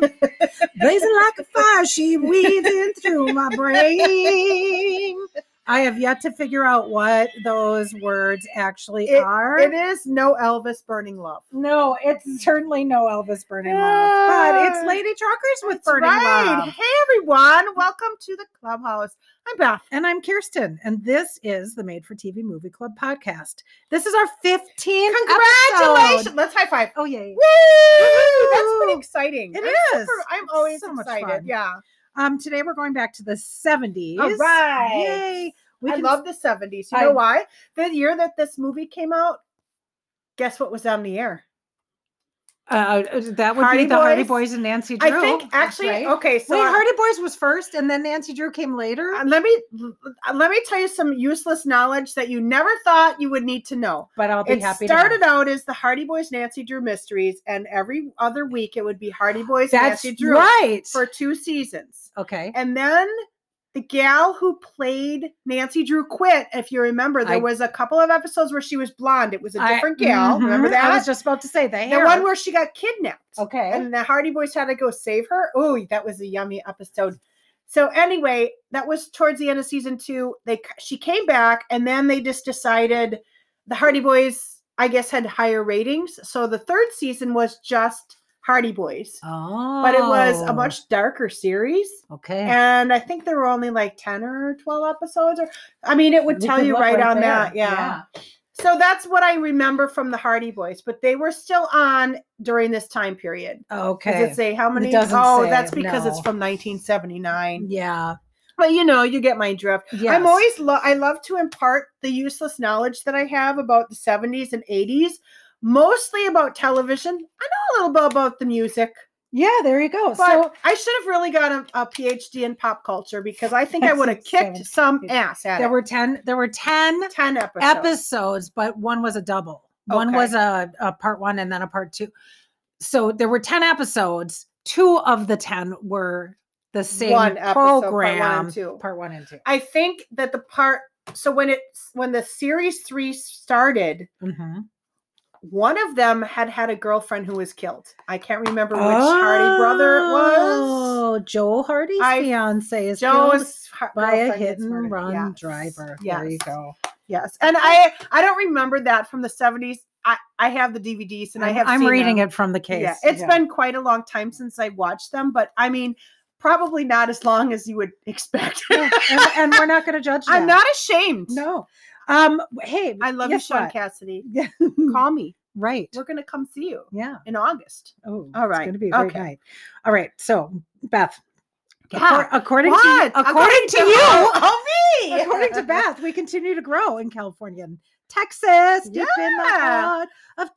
blazing like a fire, she weaving through my brain. I have yet to figure out what those words actually It- are. It is no Elvis burning love. no, it's certainly no Elvis Burning Love, but it's Yeah. Lady Truckers with That's Burning right. Love. Hey everyone, welcome to the clubhouse. I'm Beth. And I'm Kirsten, and this is the Made for TV Movie Club podcast. This is our 15th Congratulations! episode. Let's high five. Oh, yay. Woo! That's pretty exciting. It I'm is. super- I'm It's always so much excited. fun. Yeah, Um, today we're going back to the 70s. All right. Yay. I can- love the '70s. You I- know why? The year that this movie came out, guess what was on the air? uh, that would Hardy be the Hardy Boys. Boys and Nancy Drew. I think actually. Right? Okay, so Wait, I- Hardy Boys was first, and then Nancy Drew came later. Uh, let me uh, let me tell you some useless knowledge that you never thought you would need to know. but I'll be It happy. started out as the Hardy Boys Nancy Drew Mysteries, and every other week it would be Hardy Boys to know. that's Nancy Drew right. for two seasons. okay, And then the gal who played Nancy Drew quit. If you remember, there I- was a couple of episodes where she was blonde. It was a I- different gal. Remember mhm, that? I was just about to say the the hair. one where she got kidnapped. okay, And the Hardy Boys had to go save her. Oh, that was a yummy episode. So anyway, that was towards the end of season two. They c- she came back, and then they just decided the Hardy Boys, I guess, had higher ratings. So the third season was just Hardy Boys, oh, Eh. but it was a much darker series. okay. And I think there were only like ten or twelve episodes, or I mean, it would We tell could you look right, on there. that, yeah. So that's what I remember from the Hardy Boys, but they were still on during this time period. Yeah. Does it Okay. say how many? doesn't oh, say, that's because it's no. from 1979. Yeah. But you know, you get my drift. Yes. I'm always lo- I love to impart the useless knowledge that I have about the 70s and 80s, mostly about television. I know a little bit about the music, Yeah. There you go. but so I should have really got a, a PhD in pop culture because I think I That's would have kicked insane. some ass at there it. were ten. There were ten 10 episodes. episodes, but one was a double. One Okay. was a, a part one and then a part two. So there were 10 episodes. Two of the 10 were the same One episode, part one and program. two. Part one and 2 I think that the part so when it when the series 3 started, Mhm. one of them had had a girlfriend who was killed. I can't remember which Hardy brother it was. Oh, Joel Hardy's I- fiance is killed Joe's har- by a girlfriend hit gets and murdered. run Yes. driver. Yes. There you go. Yes. And I I don't remember that from the 70s. I I have the DVDs and i I'm- have I'm seen reading them. it from the case. Yeah. it's Yeah. been quite a long time since I watched them, but I mean probably not as long as you would expect. Yeah, and, and we're not going to judge. I'm that. not ashamed. No. Um. Hey, I love guess you, Sean what? Hmm. Cassidy. Yeah. Call me. right. We're gonna come see you Yeah. in August. Oh, All It's right. going to be a great Okay. night. All right. So, Beth, Yeah. accor- according What? to you, according to you, oh, me. according to Beth, we continue to grow in California and Texas, deep in the Yeah. heart of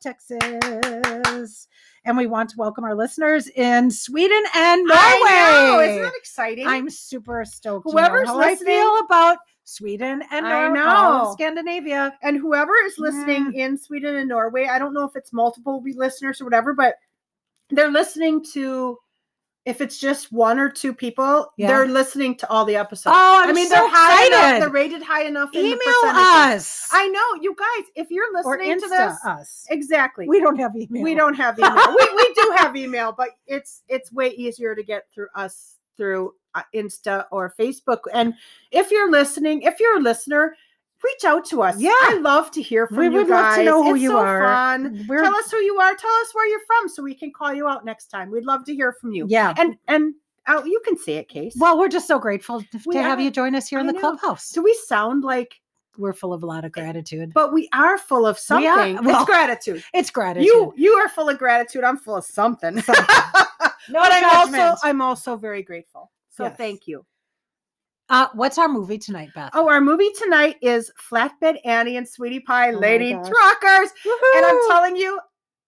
Texas. And we want to welcome our listeners in Sweden and Norway. I know. Isn't that exciting? I'm super stoked. Whoever's you know how I feel listening- about Sweden and I Nor- all of know. Scandinavia. and whoever is listening in Sweden and Norway, I don't know if it's multiple re- listeners or whatever, but they're listening to. If it's just one or two people, Yeah. they're listening to all the episodes. Oh, I'm I mean, so they're high enough. They're excited. rated high enough. In the Email percentages. us I know, you guys. If you're or listening to Insta this, us. exactly. We don't have email. we don't have email. we, we do have email, but it's it's way easier to get through us through uh, Insta or Facebook. And if you're listening, if you're a listener, reach out to us. Yeah. I love to hear from We you would love guys. to know who it's you so are. Fun. We're- Tell us who you are. Tell us where you're from, so we can call you out next time. We'd love to hear from you. yeah. And and oh, you can say it, Case. Well, we're just so grateful to We to have are. you join us here in I the know. clubhouse. do we sound like? We're full of a lot of gratitude. But we are full of We are- something. well, it's gratitude. It's gratitude. You you are full of gratitude. I'm full of something. no but I'm judgment. also I'm also very grateful. So Yes. thank you. Uh, what's our movie tonight, Beth? Oh, our movie tonight is Flatbed Annie and Sweetie Pie Oh my Lady gosh. Truckers. And I'm Woohoo! telling you,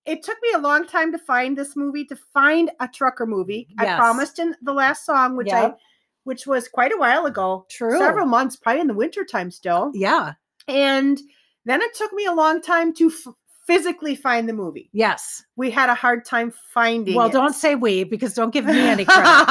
it took me a long time to find this movie, to find a trucker movie. I Yes. promised in the last song, which I Yep. which was quite a while ago. True. Several months, probably in the wintertime still. Yeah. And then it took me a long time to f- physically find the movie. Yes. We had a hard time finding Well, it. don't say we because don't give me any credit.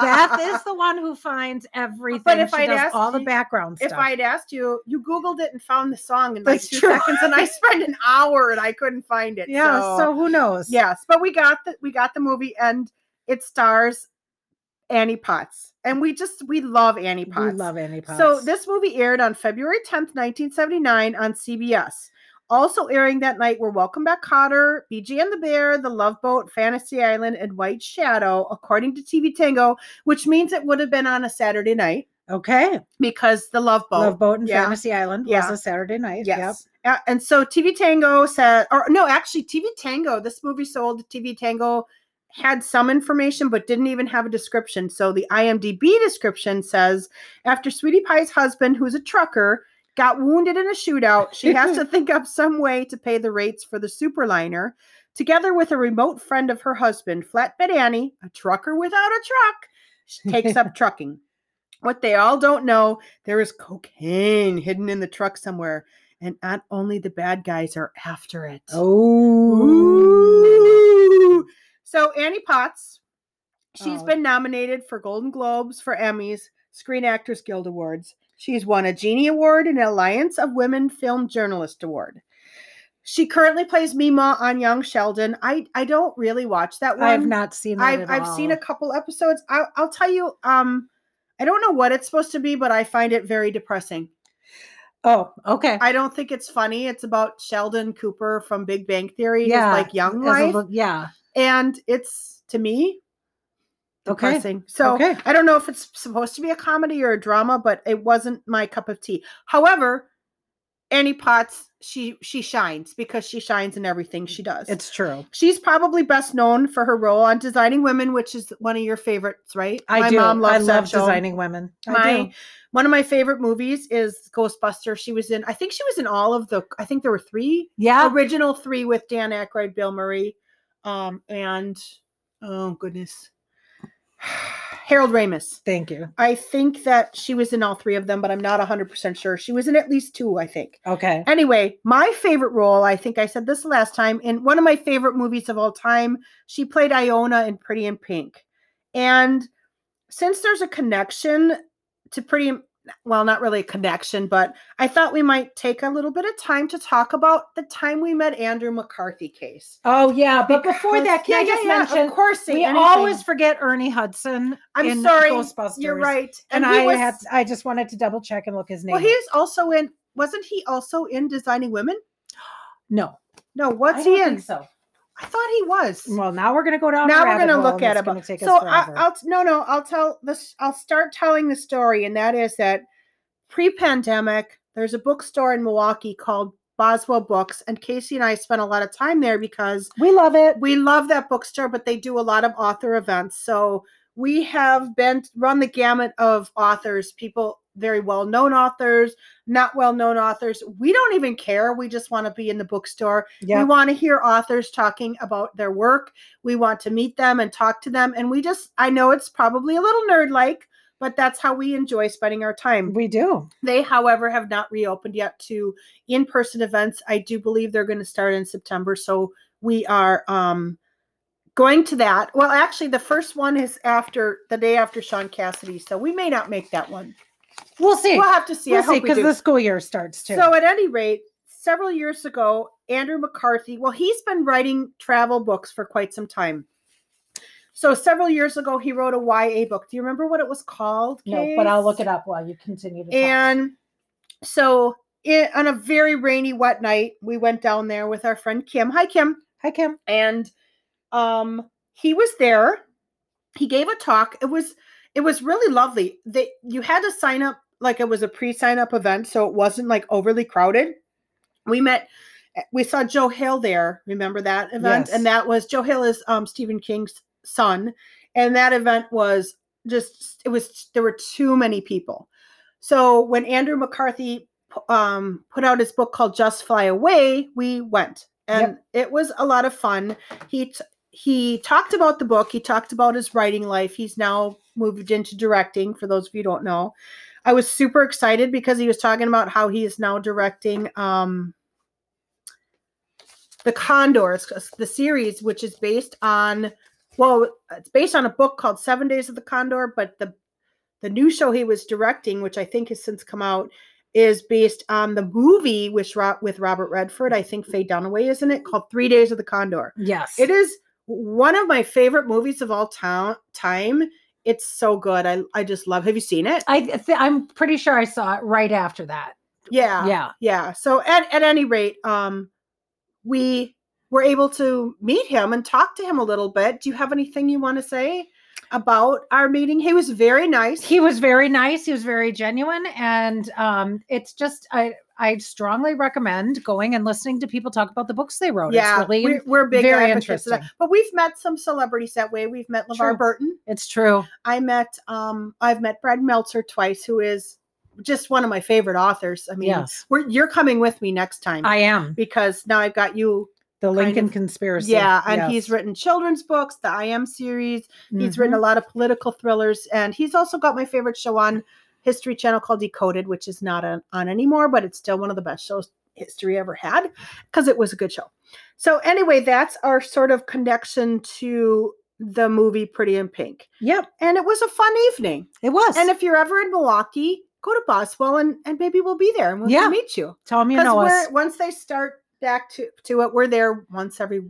Beth is the one who finds everything. if she I'd does asked all the you- background if stuff. I had asked you, you Googled it and found the song in like That's two true. seconds, and I spent an hour and I couldn't find it. yeah. So, who knows? yes, but we got the we got the movie, and It stars Annie Potts. And we just we love Annie Potts. We love Annie Potts. So this movie aired on February 10th, 1979 on CBS. Also airing that night were Welcome Back Cotter, BG and the Bear, The Love Boat, Fantasy Island, and White Shadow, according to TV Tango, which means it would have been on a Saturday night okay, because The Love Boat. Love Boat and Yeah. Fantasy Island Yeah. was a Saturday night. Yes. Uh, and so TV Tango said, or no, actually, TV Tango, this movie sold, TV Tango had some information but didn't even have a description. So the IMDb description says after Sweetie Pie's husband, who's a trucker, got wounded in a shootout, she has to think up some way to pay the rates for the superliner. Together with a remote friend of her husband, Flatbed Annie, a trucker without a truck, she takes up trucking. What they all don't know, there is cocaine hidden in the truck somewhere, and not only the bad guys are after it. Yep. Oh. Ooh. So Annie Potts, she's Oh. been nominated for Golden Globes, for Emmys, Screen Actors Guild Awards. She's won a Genie Award and an Alliance of Women Film Journalist Award. She currently plays Mima on Young Sheldon. I I don't really watch that one. I have not seen that. I've at I've seen a all. couple episodes. I, I'll tell you. Um, I don't know what it's supposed to be, but I find it very depressing. Oh, okay. I don't think it's funny. It's about Sheldon Cooper from Big Bang Theory, his, Yeah, like young As a life, look- yeah. and it's to me Okay. depressing. So okay. I don't know if it's supposed to be a comedy or a drama, but it wasn't my cup of tea. However, Annie Potts, she she shines because she shines in everything she does. It's true. She's probably best known for her role on Designing Women, which is one of your favorites, right? I My do. mom loves I that love show. designing women. I My- do. One of my favorite movies is Ghostbusters. She was in, I think she was in all of the, I think there were three Yeah. original three with Dan Aykroyd, Bill Murray, um, and oh goodness, Harold Ramis. Thank you. I think that she was in all three of them, but I'm not 100% sure. She was in at least two, I think. Okay. Anyway, my favorite role, I think I said this last time, in one of my favorite movies of all time, she played Iona in Pretty in Pink. And since there's a connection to Pretty, in- well, not really a connection, but I thought we might take a little bit of time to talk about the time we met Andrew McCarthy case. Oh yeah, but before that, Because- can yeah, I just yeah, yeah, mention Of course, say we anything. always forget Ernie Hudson. I'm in sorry, Ghostbusters. You're right, And, he I was- had I just wanted to double check and look his name. Well, up. he's also in. Wasn't he also in Designing Women? no. No, I what's don't he in? think so. I thought he was. Well, now we're gonna go down. now a we're rabbit gonna hole look and at it's it. Gonna take us so I, forever. I'll no no I'll tell this. I'll start telling the story, and that is that pre-pandemic, there's a bookstore in Milwaukee called Boswell Books, and Casey and I spent a lot of time there because we love it. we love that bookstore, but they do a lot of author events. So we have been run the gamut of authors, people very well known authors, not well known authors. We don't even care. We just want to be in the bookstore. We Yeah. want to hear authors talking about their work. We want to meet them and talk to them. And we just, I know it's probably a little nerd like, but that's how we enjoy spending our time. We do. They, however, have not reopened yet to in person events. I do believe they're going to start in September. So we are um, going to that. Well, actually, the first one is after the day after Sean Cassidy. So we may not make that one. We'll see. We'll have to see. I we'll see hope we because do. the school year starts too. So, at any rate, several years ago, Andrew McCarthy, well, he's been writing travel books for quite some time. So, several years ago, he wrote a YA book. Do you remember what it was called? no, but I'll look Case? it up while you continue to talk. And so, i- on a very rainy, wet night, we went down there with our friend Kim. Hi, Kim. Hi Kim. And um, he was there. He gave a talk. It was it was really lovely. They you had to sign up like it was a pre-sign up event, so it wasn't like overly crowded. We met. We saw Joe Hill there. Remember that event? Yes. And that was Joe Hill is um, Stephen King's son, and that event was just it was there were too many people. So when Andrew McCarthy p- um, put out his book called Just Fly Away, we went, and it was a lot of fun. He t- he talked about the book. He talked about his writing life. He's now moved into directing. For those of you who don't know, I was super excited because he was talking about how he is now directing um, the Condors, the series, which is based on well, it's based on a book called Seven Days of the Condor, but the the new show he was directing, which I think has since come out, is based on the movie which Ro- with Robert Redford. I think Faye Dunaway is in it called Three Days of the Condor. Yes. It is one of my favorite movies of all town, time. It's so good. I, I just love. Have you seen it? I th- I'm pretty sure I saw it right after that. Yeah, yeah. yeah. So at at any rate, um, we were able to meet him and talk to him a little bit. Do you have anything you want to say about our meeting? He was very nice. He was very nice. He was very genuine, and um, it's just I I strongly recommend going and listening to people talk about the books they wrote. yeah, it's really we're, we're big very advocates of that. interesting. But we've met some celebrities that way. We've met LeVar True. Burton. it's true. I met um I've met Brad Meltzer twice, who is just one of my favorite authors. I mean, yes, we're, you're coming with me next time I am because now I've got you. the kind Lincoln of- conspiracy. yeah, and he's Yes. written children's books, the I Am series. He's written Mhm. a lot of political thrillers, and he's also got my favorite show on History Channel called Decoded, which is not on, on anymore, but it's still one of the best shows history ever had because it was a good show. So, anyway, that's our sort of connection to the movie Pretty in Pink. Mm-hmm. Yep, And it was a fun evening. it was. And if you're ever in Milwaukee, go to Boswell and, and maybe we'll be there and we'll Yeah. meet you. tell me you Because know we're us. once they start back to, to it, we're there once every,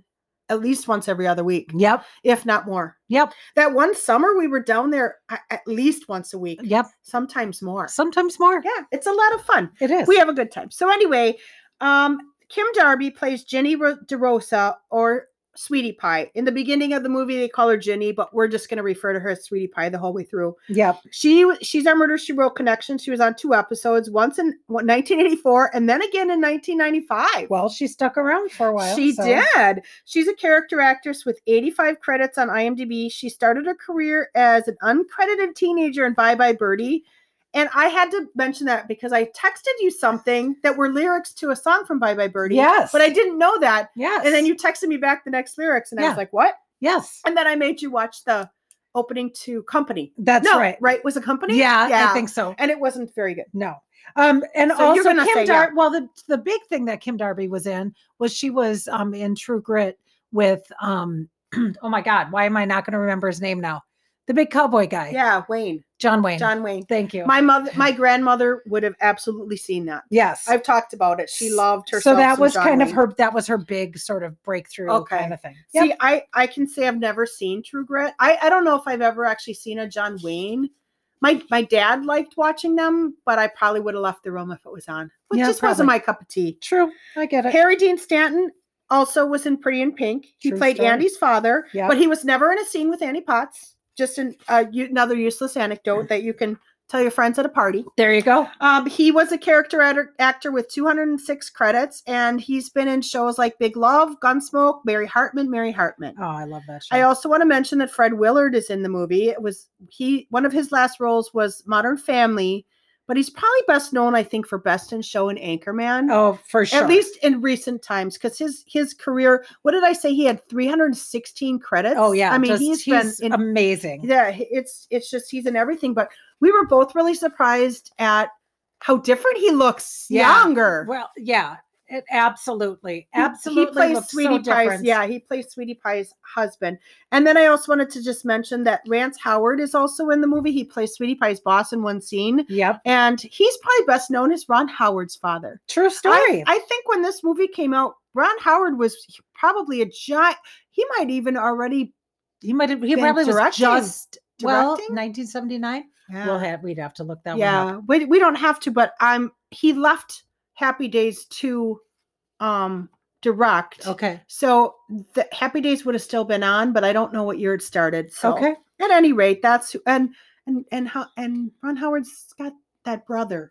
at least once every other week, Yep, if not more. yep, That one summer we were down there a- at least once a week, yep. sometimes more. Sometimes more. Yeah, it's a lot of fun. It is. We have a good time. So anyway, um, Kim Darby plays Jenny Ro- DeRosa or Sweetie Pie. In the beginning of the movie, they call her Jenny, but we're just going to refer to her as Sweetie Pie the whole way through. yep. She w- she's our murder she wrote connection. She was on two episodes, once in what, 1984 and then again in 1995. Well, she stuck around for a while. She so- did. She's a character actress with 85 credits on IMDb. She started her career as an uncredited teenager in Bye Bye Birdie. And I had to mention that because I texted you something that were lyrics to a song from Bye Bye Birdie. Yes. But I didn't know that. Yes. And then you texted me back the next lyrics, and I Yeah. was like, what? Yes. And then I made you watch the opening to Company. That's no, right. Right? Was a company? Yeah, Yeah. I think so. And it wasn't very good. No. Um, and So you're also gonna say Kim Darby. yeah. Well, the the big thing that Kim Darby was in was she was um in True Grit with um oh my God, why am I not going to remember his name now? The big cowboy guy, Yeah, Wayne. John Wayne. John Wayne. Thank you. My mother, my grandmother would have absolutely seen that. yes. I've talked about it. She S- loved herself. so that some was John kind of Wayne. her. That was her big sort of breakthrough Okay. kind of thing. See, I I can say I've never seen True Grit. I I don't know if I've ever actually seen a John Wayne. My my dad liked watching them, but I probably would have left the room if it was on, which Yeah, just wasn't my cup of tea. True. I get it. Harry Dean Stanton also was in Pretty in Pink. He True played story. Andy's father, Yep. but he was never in a scene with Annie Potts. Just an, uh, u- another useless anecdote that you can tell your friends at a party. there you go. Um, he was a character actor, actor with 206 credits, and he's been in shows like Big Love, Gunsmoke, Mary Hartman, Mary Hartman. Oh, I love that show. I also want to mention that Fred Willard is in the movie. It was he one of his last roles was Modern Family, but he's probably best known, I think, for Best in Show and Anchorman. oh, for sure. At least in recent times, because his his career, what did I say? He had 316 credits. Oh yeah. I mean just- he's been in amazing. yeah h- it's it's just he's in everything but we were both really surprised at how different he looks Yeah. younger Well, yeah. It absolutely, He- absolutely. he plays looks so sweetie pie's different. yeah he plays sweetie pie's husband and then i also wanted to just mention that rance howard is also in the movie he plays sweetie pie's boss in one scene Yep. and he's probably best known as ron howard's father True I, story. I think when this movie came out ron howard was probably a giant he might even already he might have, he been probably was directing- just well, directing? 1979. We'll have we'd have to look that one up. yeah, we we don't have to, but I'm he left Happy Days to um direct. Okay. So the Happy Days would have still been on, but I don't know what year it started. So Okay. at any rate, that's who- and and and how and Ron Howard's got that brother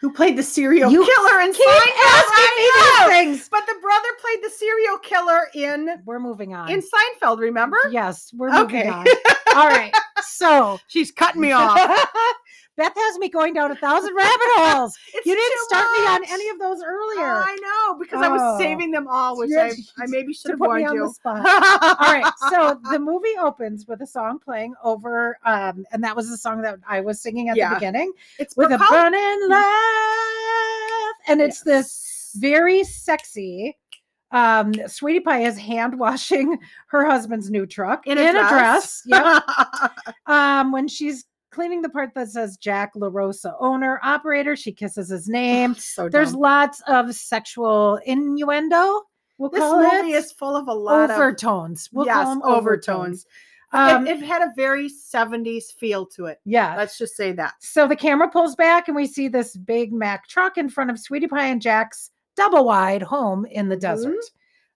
who played the serial You killer in keep Seinfeld. asking I me know! these things. But the brother played the serial killer in We're moving on. in Seinfeld, remember? Yes, we're Okay. moving on. All right. So She's cutting me off. Beth has me going down a thousand rabbit holes. It's You didn't too start me on much. Oh, any of those earlier. I know because I Oh. was saving them all, which I, Yes, I maybe should to have put me warned on the you. spot. all All right. So the movie opens with a song playing over, um, and that was the song that I was singing at Yeah. the beginning it's with a Bacall- burning love. And it's this very sexy um, Sweetie Pie is hand washing her husband's new truck In a dress. Yeah. um, when she's cleaning the part that says Jack LaRosa, owner, operator, she kisses his name. so There's dumb. lots of sexual innuendo. We'll This call movie it is full of a lot of overtones. We'll yes, call them overtones. overtones. It- Um, it, had a very 70s feel to it. yeah. Let's just say that. So the camera pulls back and we see this Big Mac truck in front of Sweetie Pie and Jack's double wide home in the Mhm. desert.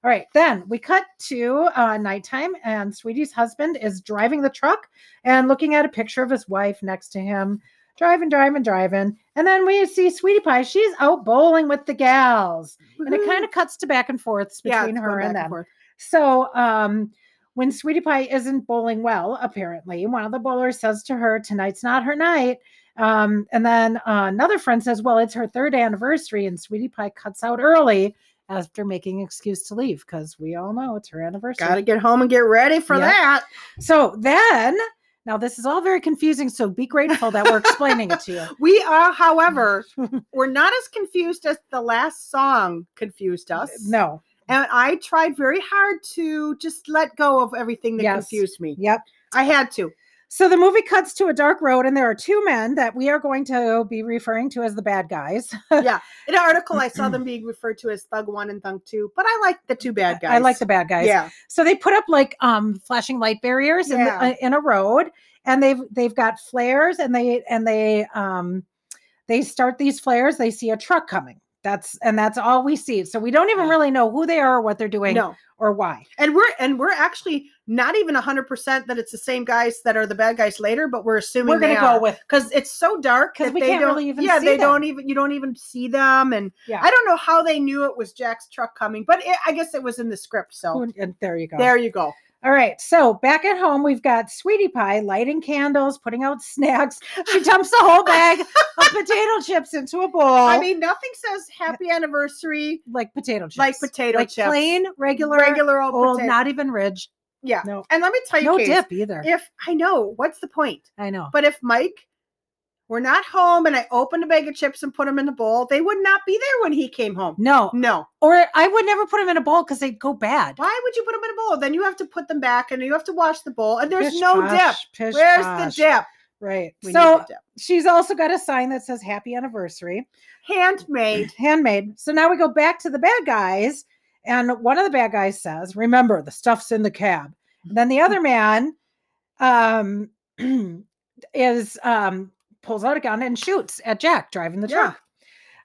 All right, then we cut to uh, nighttime, and Sweetie's husband is driving the truck and looking at a picture of his wife next to him, driving, driving, driving. And then we see Sweetie Pie, she's out bowling with the gals. And it kind of cuts to back and forths Mm-hmm. Yeah, between it's her going and back them. forth. So, um, when Sweetie Pie isn't bowling well, apparently, one of the bowlers says to her, Tonight's not her night. Um, and then uh, another friend says, Well, it's her third anniversary. And Sweetie Pie cuts out early after making excuse to leave because we all know it's her anniversary. Gotta get home and get ready for Yeah. that. So then, now this is all very confusing. So be grateful that we're explaining it to you. We are, however, we're not as confused as the last song confused us. No. And I tried very hard to just let go of everything that Yes. confused me. Yep. I had to. So the movie cuts to a dark road, and there are two men that we are going to be referring to as the bad guys. In an article, I saw them being referred to as Thug One and Thug Two, but I like the two bad guys. I like the bad guys. Yeah. So they put up like um flashing light barriers in, the, Yeah. uh, in a road, and they've they've got flares, and they and they um they start these flares. They see a truck coming. That's and that's all we see. So we don't even Yeah. really know who they are, or what they're doing, No. or why. And we're and we're actually not even hundred percent that it's the same guys that are the bad guys later, but we're assuming We're gonna go with because it's so dark 'Cause that we they can't don't really even yeah see they them. don't even you don't even see them and yeah. I don't know how they knew it was Jack's truck coming, but it, I guess it was in the script. So Who- and there you go. there you go. All right. So back at home, we've got Sweetie Pie lighting candles, putting out snacks. She dumps a whole bag of potato chips into a bowl. I mean, nothing says happy anniversary like potato chips. like potato Like chips. plain, regular, regular old, old, potato. not even ridge. yeah. No, And let me tell you, no Kate, dip either. if I know what's the point, I know. but if Mike were not home and I opened a bag of chips and put them in the bowl, they would not be there when he came home. No, No. or I would never put them in a bowl because they'd go bad. Why would you put them in a bowl? Then you have to put them back and you have to wash the bowl and there's Pish no dip. posh, pish Where's posh. the dip? Right. We so need the dip. she's also got a sign that says "Happy Anniversary." Handmade. handmade. So now we go back to the bad guys, and one of the bad guys says, "Remember, the stuff's in the cab." And then the other man um, is um, pulls out a gun and shoots at Jack driving the Yeah. truck.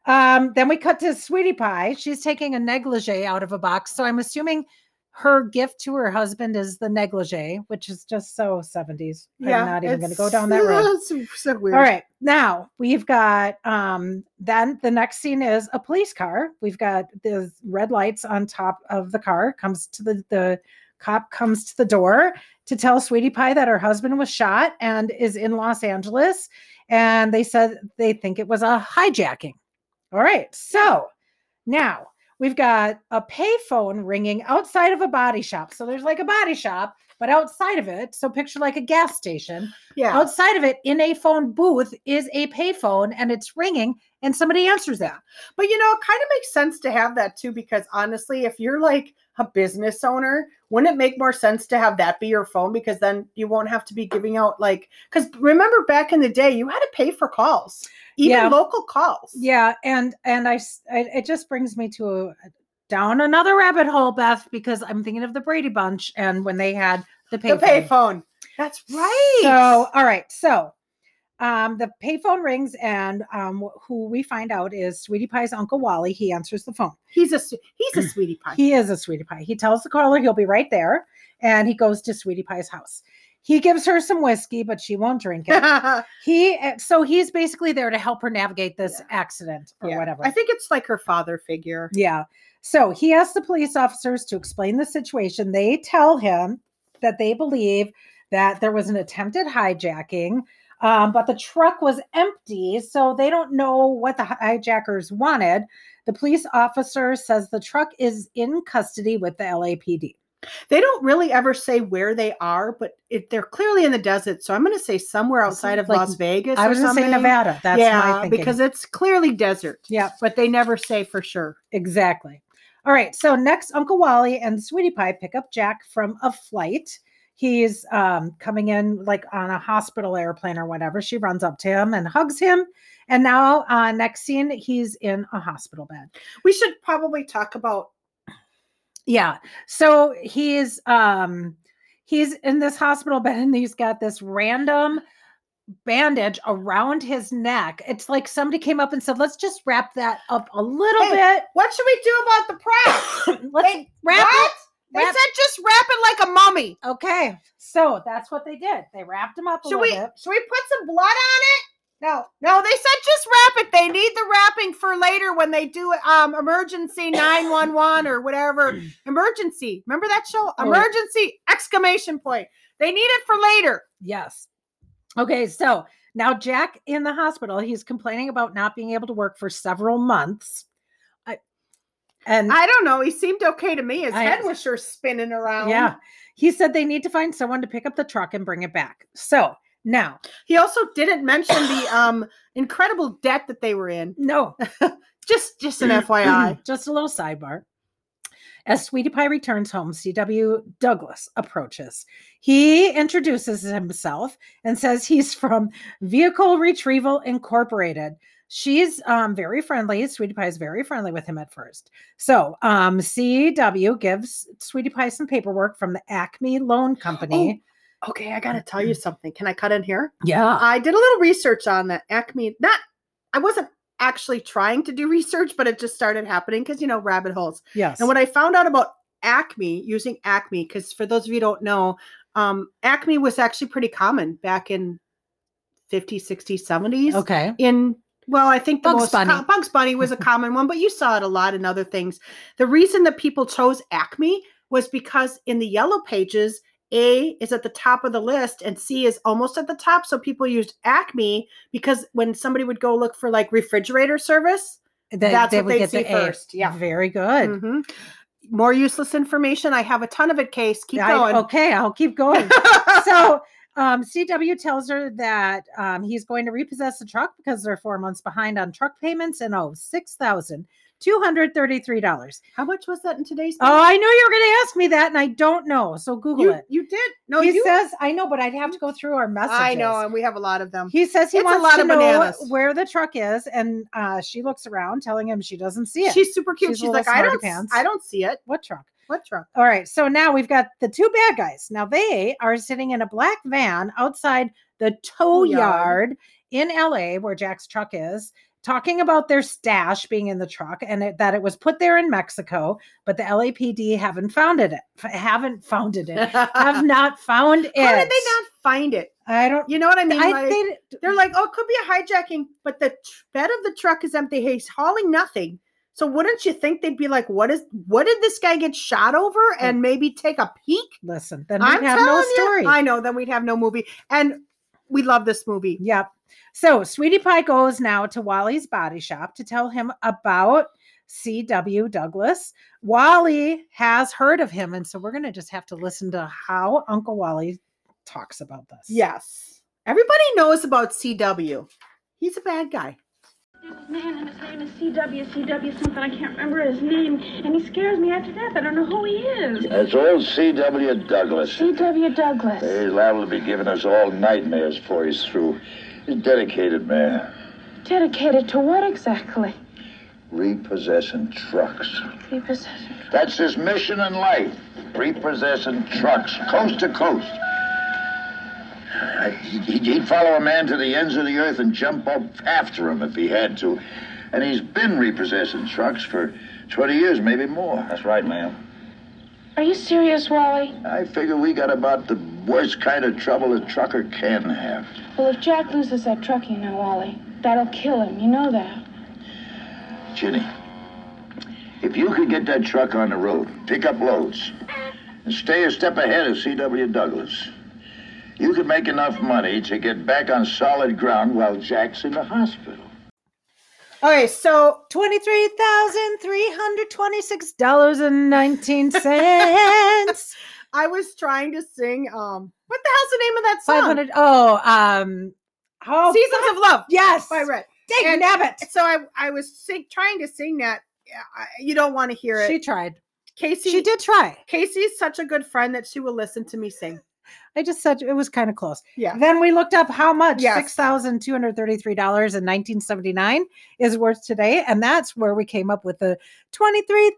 Um, then we cut to Sweetie Pie. She's taking a negligee out of a box, so I'm assuming her gift to her husband is the negligee, which is just so 70s. I'm not even going to go it's- down that road. So, so weird. All right. Now we've got um then the next scene is a police car. We've got the red lights on top of the car, comes to the the cop comes to the door to tell Sweetie Pie that her husband was shot and is in Los Angeles. And they said they think it was a hijacking. All right. So now we've got a payphone ringing outside of a body shop. So there's like a body shop, but outside of it, so picture like a gas station. Yeah. Outside of it, in a phone booth, is a payphone and it's ringing, and somebody answers that. But you know, it kind of makes sense to have that too, because honestly, if you're like a business owner, wouldn't it make more sense to have that be your phone? Because then you won't have to be giving out like, because remember back in the day, you had to pay for calls, even Yeah. local calls. Yeah, and and I, s- I- it just brings me to a, down another rabbit hole, Beth, because I'm thinking of the Brady Bunch and when they had the the payphone. payphone. That's right. So, all right. So, um, the payphone rings, and um, wh- who we find out is Sweetie Pie's Uncle Wally. He answers the phone. he's a s- he's a sweetie pie. He is a sweetie pie. He tells the caller he'll be right there, and he goes to Sweetie Pie's house. He gives her some whiskey, but she won't drink it. yeah. He uh, so he's basically there to help her navigate this accident or whatever. I think it's like her father figure. yeah. So he asks the police officers to explain the situation. They tell him that they believe that there was an attempted hijacking, um, but the truck was empty, so they don't know what the hijackers wanted. The police officer says the truck is in custody with the LAPD. They don't really ever say where they are, but it, they're clearly in the desert. So I'm going to say somewhere outside of Like, Las Vegas. I was going going to say Nevada. That's yeah, my thinking. because it's clearly desert. yeah, but they never say for sure. Exactly. All right. So next, Uncle Wally and Sweetie Pie pick up Jack from a flight. He's um, coming in like on a hospital airplane or whatever. She runs up to him and hugs him. And now, uh, next scene, he's in a hospital bed. We should probably talk about Yeah. So he's um he's in this hospital bed and he's got this random bandage around his neck. It's like somebody came up and said, "Let's just wrap that up a little Hey, What should we do about the press? bit. Let's They- wrap what? it." They wrap- said just wrap it like a mummy. okay. So that's what they did. They wrapped him up a Should we little bit. should we put some blood on it? No, no, they said just wrap it. They need the wrapping for later when they do um emergency 911 or whatever. Emergency. Remember that show? Oh. Emergency exclamation point. They need it for later. Yes. Okay, so now Jack in the hospital, he's complaining about not being able to work for several months. I, and I don't know. He seemed okay to me. His I- head was sure spinning around. yeah, he said they need to find someone to pick up the truck and bring it back. So now, He also didn't mention the um incredible debt that they were in. no, Just just an FYI. just a little sidebar. As Sweetie Pie returns home, C.W. Douglas approaches. He introduces himself and says he's from Vehicle Retrieval Incorporated. She's um, very friendly. Sweetie Pie is very friendly with him at first. So um, C.W. gives Sweetie Pie some paperwork from the Acme Oh. Loan Company. Okay, I gotta tell you something. Can I cut in here? yeah. I did a little research on that Acme. Not, I wasn't actually trying to do research, but it just started happening because you know rabbit holes. Yes. And what I found out about Acme using Acme, because for those of you who don't know, um, Acme was actually pretty common back in 50s, 60s, 70s. okay. In well, I think the Bugs most Bunny. Bugs Bunny was a common one, but you saw it a lot in other things. The reason that people chose Acme was because in the yellow pages, A is at the top of the list and C is almost at the top. So people used Acme because when somebody would go look for like refrigerator service, They, That's they what would they'd get the see A. first, yeah. Very good. mhm. more useless information. I have a ton of it, Case. Keep I- going. okay, I'll keep going. so um, CW tells her that um, he's going to repossess the truck because they're four months behind on truck payments and owe six thousand two hundred thirty-three dollars. How much was that in today's? Oh, I knew you were going to ask me that, and I don't know. So Google you, it. you did. No, he you says I know, but I'd have to go through our messages. I know, and we have a lot of them. He says he It's a wants lot to of know bananas. where the truck is, and uh, she looks around, telling him she doesn't see it. She's super cute. She's She's, a little like, I don't, s- smarty-pants. I don't see it. what truck? What truck? All right. So now we've got the two bad guys. Now they are sitting in a black van outside the tow Tow yard. yard in LA where Jack's truck is, talking about their stash being in the truck and it, that it was put there in Mexico, but the LAPD haven't found it. f- Haven't founded it. Have How not found it. did they not find it? I don't. You know what I mean? I Like, think they're like, oh, it could be a hijacking, but the tr- bed of the truck is empty. He's hauling nothing. So wouldn't you think they'd be like, what is? What did this guy get shot over? And maybe take a peek. listen. Hmm. Then we I'm have telling no you, story. I know. Then we'd have no movie. And we love this movie. Yep. So Sweetie Pie goes now to Wally's body shop to tell him about C.W. Douglas. Wally has heard of him. And so we're going to just have to listen to how Uncle Wally talks about this. Yes. Everybody knows about CW. He's a bad guy. There's this man, and his name is CW, CW something. I can't remember his name. And he scares me after death. I don't know who he is. That's old C.W. Douglas. CW Douglas. He's liable to be giving us all nightmares before he's through. He's a dedicated man. Dedicated to what exactly? Repossessing trucks. Repossession. That's his mission in life. Repossessing trucks, coast to coast. I- He'd he'd follow a man to the ends of the earth and jump up after him if he had to. And he's been repossessing trucks for 20 years, maybe more. That's right, ma'am. Are you serious, Wally? I figure we got about the worst kind of trouble a trucker can have. Well, if Jack loses that truck, you know, Wally, that'll kill him. You know that. Ginny, if you could get that truck on the road, pick up loads, and stay a step ahead of C.W. Douglas, you could make enough money to get back on solid ground while Jack's in the hospital. Okay, so $23,326.19. I was trying to sing. Um, what the hell's the name of that song? 500. Oh, um, oh, Seasons of Love. yes. By Red. Dang and- nabbit. So I, I was sing, trying to sing that. Yeah, I, you don't want to hear it. She tried. Casey, She did try. Casey's such a good friend that she will listen to me sing. I just said it was kind of close. Yeah. Then we looked up how much Yes. $6,233 in 1979 is worth today. And that's where we came up with the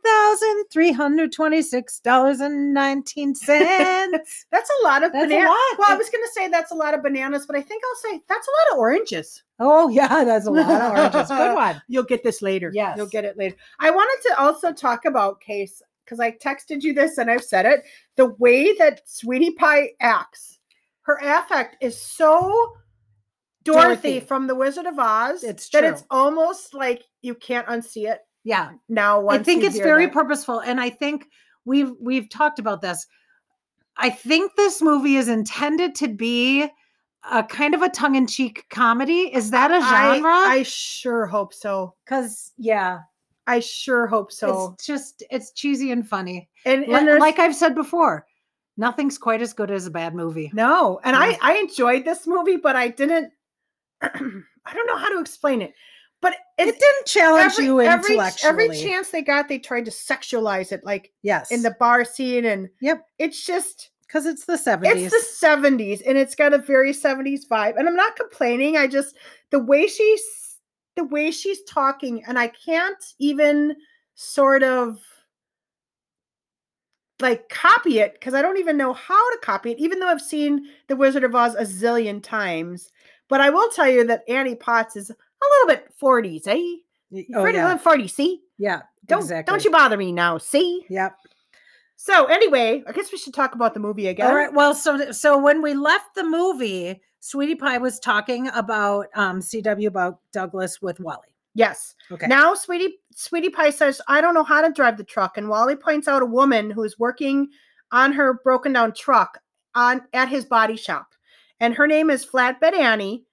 $23,326.19. That's a lot of That's a bananas. lot. Well, I was going to say that's a lot of bananas, but I think I'll say that's a lot of oranges. oh, yeah, that's a lot of oranges. Good one. You'll get this later. Yes. You'll get it later. I wanted to also talk about Case because I texted you this and I've said it. The way that Sweetie Pie acts, her affect is so Dorothy, Dorothy. from The Wizard of Oz It's that it's true. almost like you can't unsee it Yeah. now. Once I think you it's hear very that. purposeful. And I think we've we've talked about this. I think this movie is intended to be a kind of a tongue-in-cheek comedy. Is that a I- I, genre? sure hope so. Because yeah, I sure hope so. it's just it's cheesy and funny. And, Li- and there's- like I've said before, nothing's quite as good as a bad movie. No, and Yeah. I I enjoyed this movie, but I didn't. I don't know how to explain it, but it, It didn't challenge every, you every intellectually. ch- every chance they got, they tried to sexualize it, like yes, in the bar scene, and Yep. it's just because it's the seventies. it's the seventies, and it's got a very seventies vibe. And I'm not complaining. I just the way she's the way she's talking, and I can't even sort of like copy it because I don't even know how to copy it, even though I've seen The Wizard of Oz a zillion times. But I will tell you that Annie Potts is a little bit 40s, eh? oh Pretty yeah, little 40, see? yeah, Don't exactly. don't you bother me now, see? Yep. So anyway, I guess we should talk about the movie again. All right. Well, so so when we left the movie, Sweetie Pie was talking about um, C.W. about Douglas with Wally. Yes. Okay. Now, Sweetie Sweetie Pie says, "I don't know how to drive the truck," and Wally points out a woman who is working on her broken down truck on at his body shop, and her name is Flatbed Annie,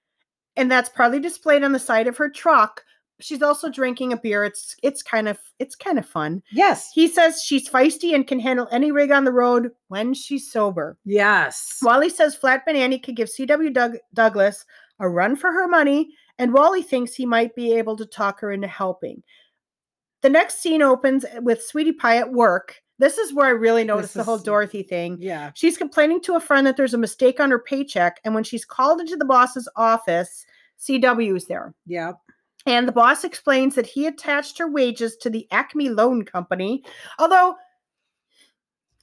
and that's proudly displayed on the side of her truck. She's also drinking a beer. It's it's kind of it's kind of fun. yes. He says she's feisty and can handle any rig on the road when she's sober. Yes. Wally says Flatbed Annie could give C.W. Doug- Douglas a run for her money, and Wally thinks he might be able to talk her into helping. The next scene opens eh, with Sweetie Pie at work. This is where I really noticed the whole is- Dorothy thing. yeah. She's complaining to a friend that there's a mistake on her paycheck, and when she's called into the boss's office, CW is there. Yep. And the boss explains that he attached her wages to the Acme Loan Company, although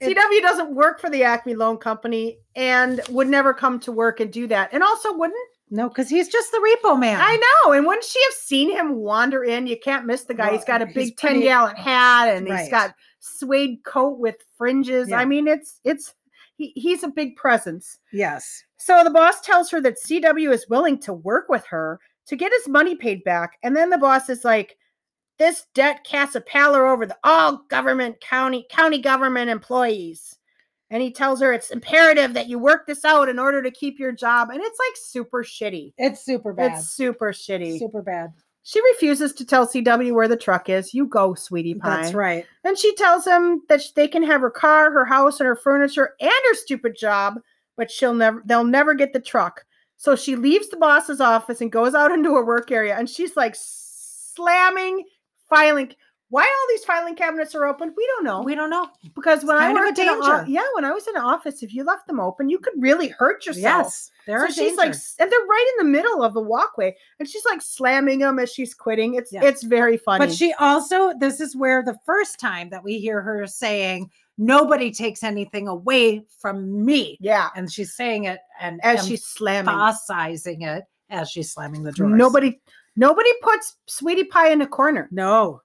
It- CW doesn't work for the Acme Loan Company and would never come to work and do that. And also, wouldn't No, because he's just the repo man. I know? And wouldn't she have seen him wander in? You can't miss the guy. he's Well, got a he's big pretty- uh, 10 gallon hat and Right. he's got suede coat with fringes. Yeah. I mean, it's, it's, he, he's a big presence. Yes. So the boss tells her that CW is willing to work with her to get his money paid back. And then the boss is like, this debt casts a pallor over the all government county county government employees. And he tells her it's imperative that you work this out in order to keep your job. And it's like super shitty. It's super bad. It's super shitty. super bad. She refuses to tell CW where the truck is. You go, sweetie pie. That's right. And she tells him that sh- they can have her car, her house, and her furniture and her stupid job, but she'll never they'll never get the truck. So she leaves the boss's office and goes out into her work area and she's like slamming filing why all these filing cabinets are open, we don't know. We don't know. because when I kind of a worked in a o- danger. yeah, when I was in an office, if you left them open, you could really hurt yourself. Yes. There so are she's like, dangers. s- and they're right in the middle of the walkway, and she's like slamming them as she's quitting. It's Yeah. it's very funny. But she also, this is where the first time that we hear her saying, nobody takes anything away from me. yeah, And she's saying it and as she's slamming. emphasizing it as she's slamming the drawers. Nobody nobody puts Sweetie Pie in a corner. No.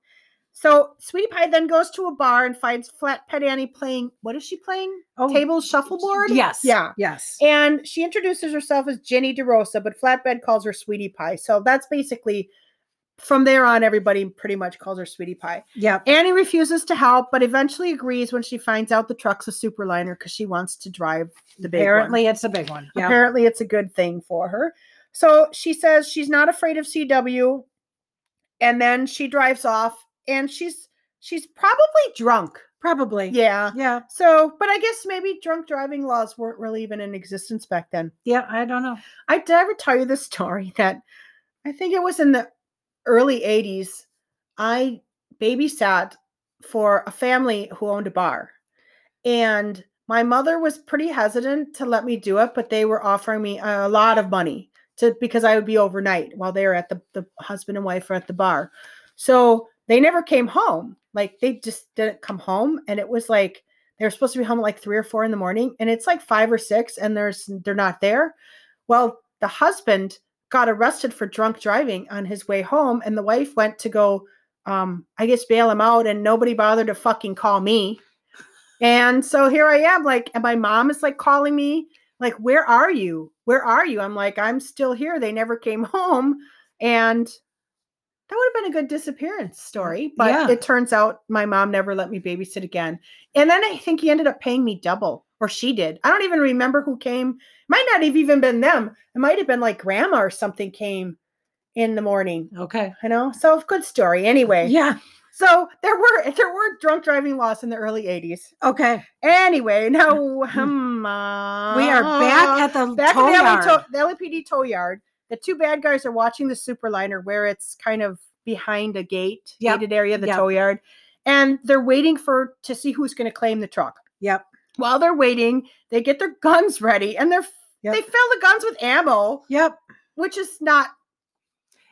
So Sweetie Pie then goes to a bar and finds Flat Pet Annie playing what is she playing? Oh, Table shuffleboard? Yes. Yeah. Yes. And she introduces herself as Jenny DeRosa, but Flatbed calls her Sweetie Pie. So that's basically from there on, everybody pretty much calls her Sweetie Pie. Yep. Annie refuses to help, but eventually agrees when she finds out the truck's a superliner because she wants to drive the big one. Apparently, it's a big one. Yeah. Apparently, it's a good thing for her. So she says she's not afraid of CW, and then she drives off, and she's she's probably drunk. Probably. Yeah. Yeah. So, but I guess maybe drunk driving laws weren't really even in existence back then. Yeah. I don't know. I did I ever tell you the story that I think it was in the early '80s. I babysat for a family who owned a bar. And my mother was pretty hesitant to let me do it, but they were offering me a lot of money to because I would be overnight while they were at the, the husband and wife were at the bar. So they never came home. Like they just didn't come home. And it was like they were supposed to be home at like three or four in the morning. And it's like five or six and there's they're not there. Well, the husband got arrested for drunk driving on his way home, and the wife went to go um, I guess bail him out, and nobody bothered to fucking call me. And so here I am, like, and my mom is like calling me, like, where are you? Where are you? I'm like, I'm still here. They never came home. And that would have been a good disappearance story. But Yeah. it turns out my mom never let me babysit again. And then I think he ended up paying me double, or she did. I don't even remember who came. Might not have even been them. It might have been like grandma or something came in the morning. Okay. You know, so good story. Anyway, Yeah. so there were there were drunk driving laws in the early '80s. Okay. Anyway, now hmm, Mm-hmm. We are back at the back tow at yard. the, LA tow, the LAPD tow yard. The two bad guys are watching the superliner where it's kind of behind a gate, Yep, gated area of the yep. tow yard, and they're waiting for to see who's going to claim the truck. Yep. While they're waiting, they get their guns ready and they're Yep. they fill the guns with ammo, Yep. which is not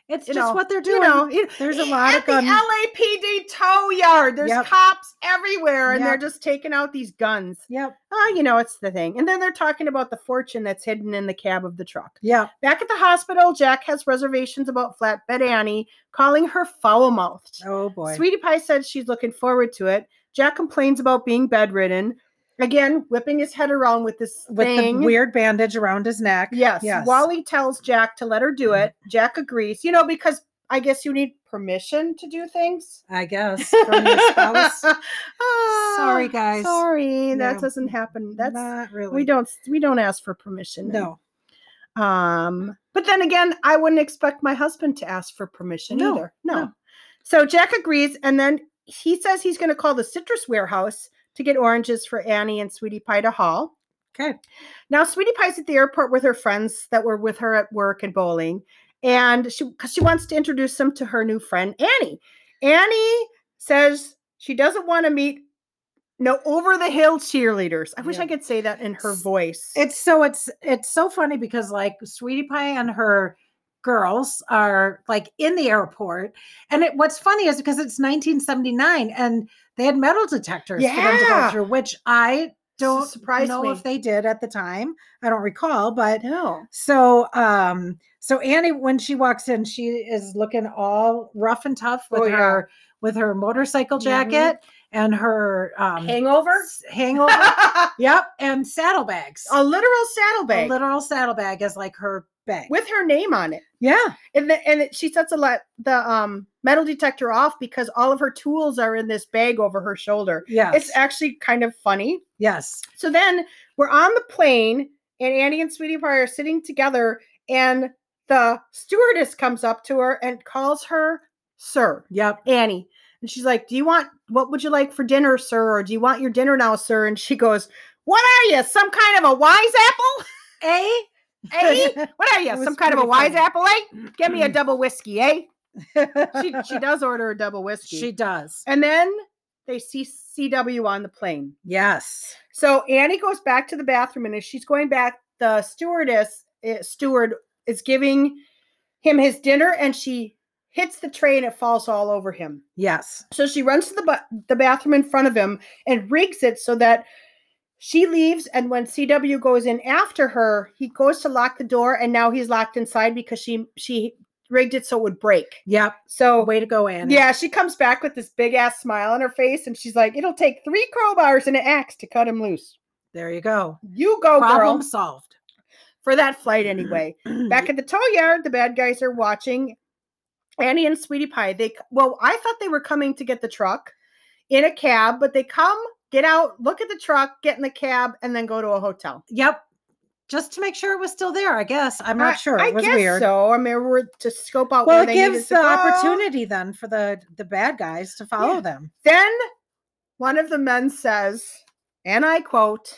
It's You just know, what they're you doing. know it- There's a E- lot at of gun. the LAPD tow yard. There's Yep. cops everywhere, and they're Yep. just taking out these guns. yep. Oh, you know, it's the thing. And then they're talking about the fortune that's hidden in the cab of the truck. Yep. Back at the hospital, Jack has reservations about Flatbed Annie, calling her foul mouthed. Oh boy. Sweetie Pie says she's looking forward to it. Jack complains about being bedridden. Again, whipping his head around with this With thing. the weird bandage around his neck. Yes. Yes. Mm. Wally tells Jack to let her do it. Jack agrees, you know, because I guess you need permission to do things. I guess from your spouse. Ah, Sorry, guys. Sorry, Yeah. that doesn't happen. That's not really. we don't we don't ask for permission. and- No. Um, but then again, I wouldn't expect my husband to ask for permission No, either. No. no. So Jack agrees, and then he says he's going to call the citrus warehouse to get oranges for Annie and Sweetie Pie to haul. Okay. Now, Sweetie Pie's at the airport with her friends that were with her at work and bowling, and she because she wants to introduce them to her new friend Annie. Annie says she doesn't want to meet no over the hill cheerleaders. I wish Yeah. I could say that in her S- voice. It's so it's it's so funny because like Sweetie Pie and her girls are like in the airport, and it, what's funny is because it's 1979 and they had metal detectors for them to go Yeah. through, which I don't surprise know me. if they did at the time. I don't recall, but no. so um so Annie when she walks in, she is looking all rough and tough with Oh, yeah. her with her motorcycle Mhm. jacket and her um Hangover? s- hangover. yep, and saddlebags. a literal saddlebag A literal saddlebag is like her bag. with her name on it. yeah, And the, and it, she sets a lot the um metal detector off because all of her tools are in this bag over her shoulder. yes, It's actually kind of funny. yes, So then we're on the plane, and Annie and Sweetie Pie are sitting together, and the stewardess comes up to her and calls her sir yep, Annie. And she's like, Do you want what would you like for dinner, sir? Or do you want your dinner now, sir? And she goes, What are you? Some kind of a wise apple? a Eh? What are It you? was Some kind of a pretty wise funny. apple, eh? Give me a double whiskey, eh? She she does order a double whiskey. she does. and then they see CW on the plane. Yes, So Annie goes back to the bathroom, and as she's going back, the stewardess eh, steward is giving him his dinner, and she hits the tray, and it falls all over him. yes, So she runs to the bu- the bathroom in front of him and rigs it so that she leaves. And when CW goes in after her, he goes to lock the door, and now he's locked inside because she she rigged it so it would break. yep. So Way to go, Annie. yeah, she comes back with this big ass smile on her face, and she's like, "It'll take three crowbars and an axe to cut him loose." there you go. You go, Problem Oh, girl, solved. for that flight anyway. Mm-hmm. Back at the tow yard, the bad guys are watching Annie and Sweetie Pie. They well, I thought they were coming to get the truck in a cab, but they come, get out, look at the truck, get in the cab, and then go to a hotel. yep. Just to make sure it was still there, I guess. I'm not I- sure. I it was guess weird. so. I mean, we're to scope out. Well, where it they gives needed to the go. opportunity then for the the bad guys to follow them. Then one of the men says, and I quote,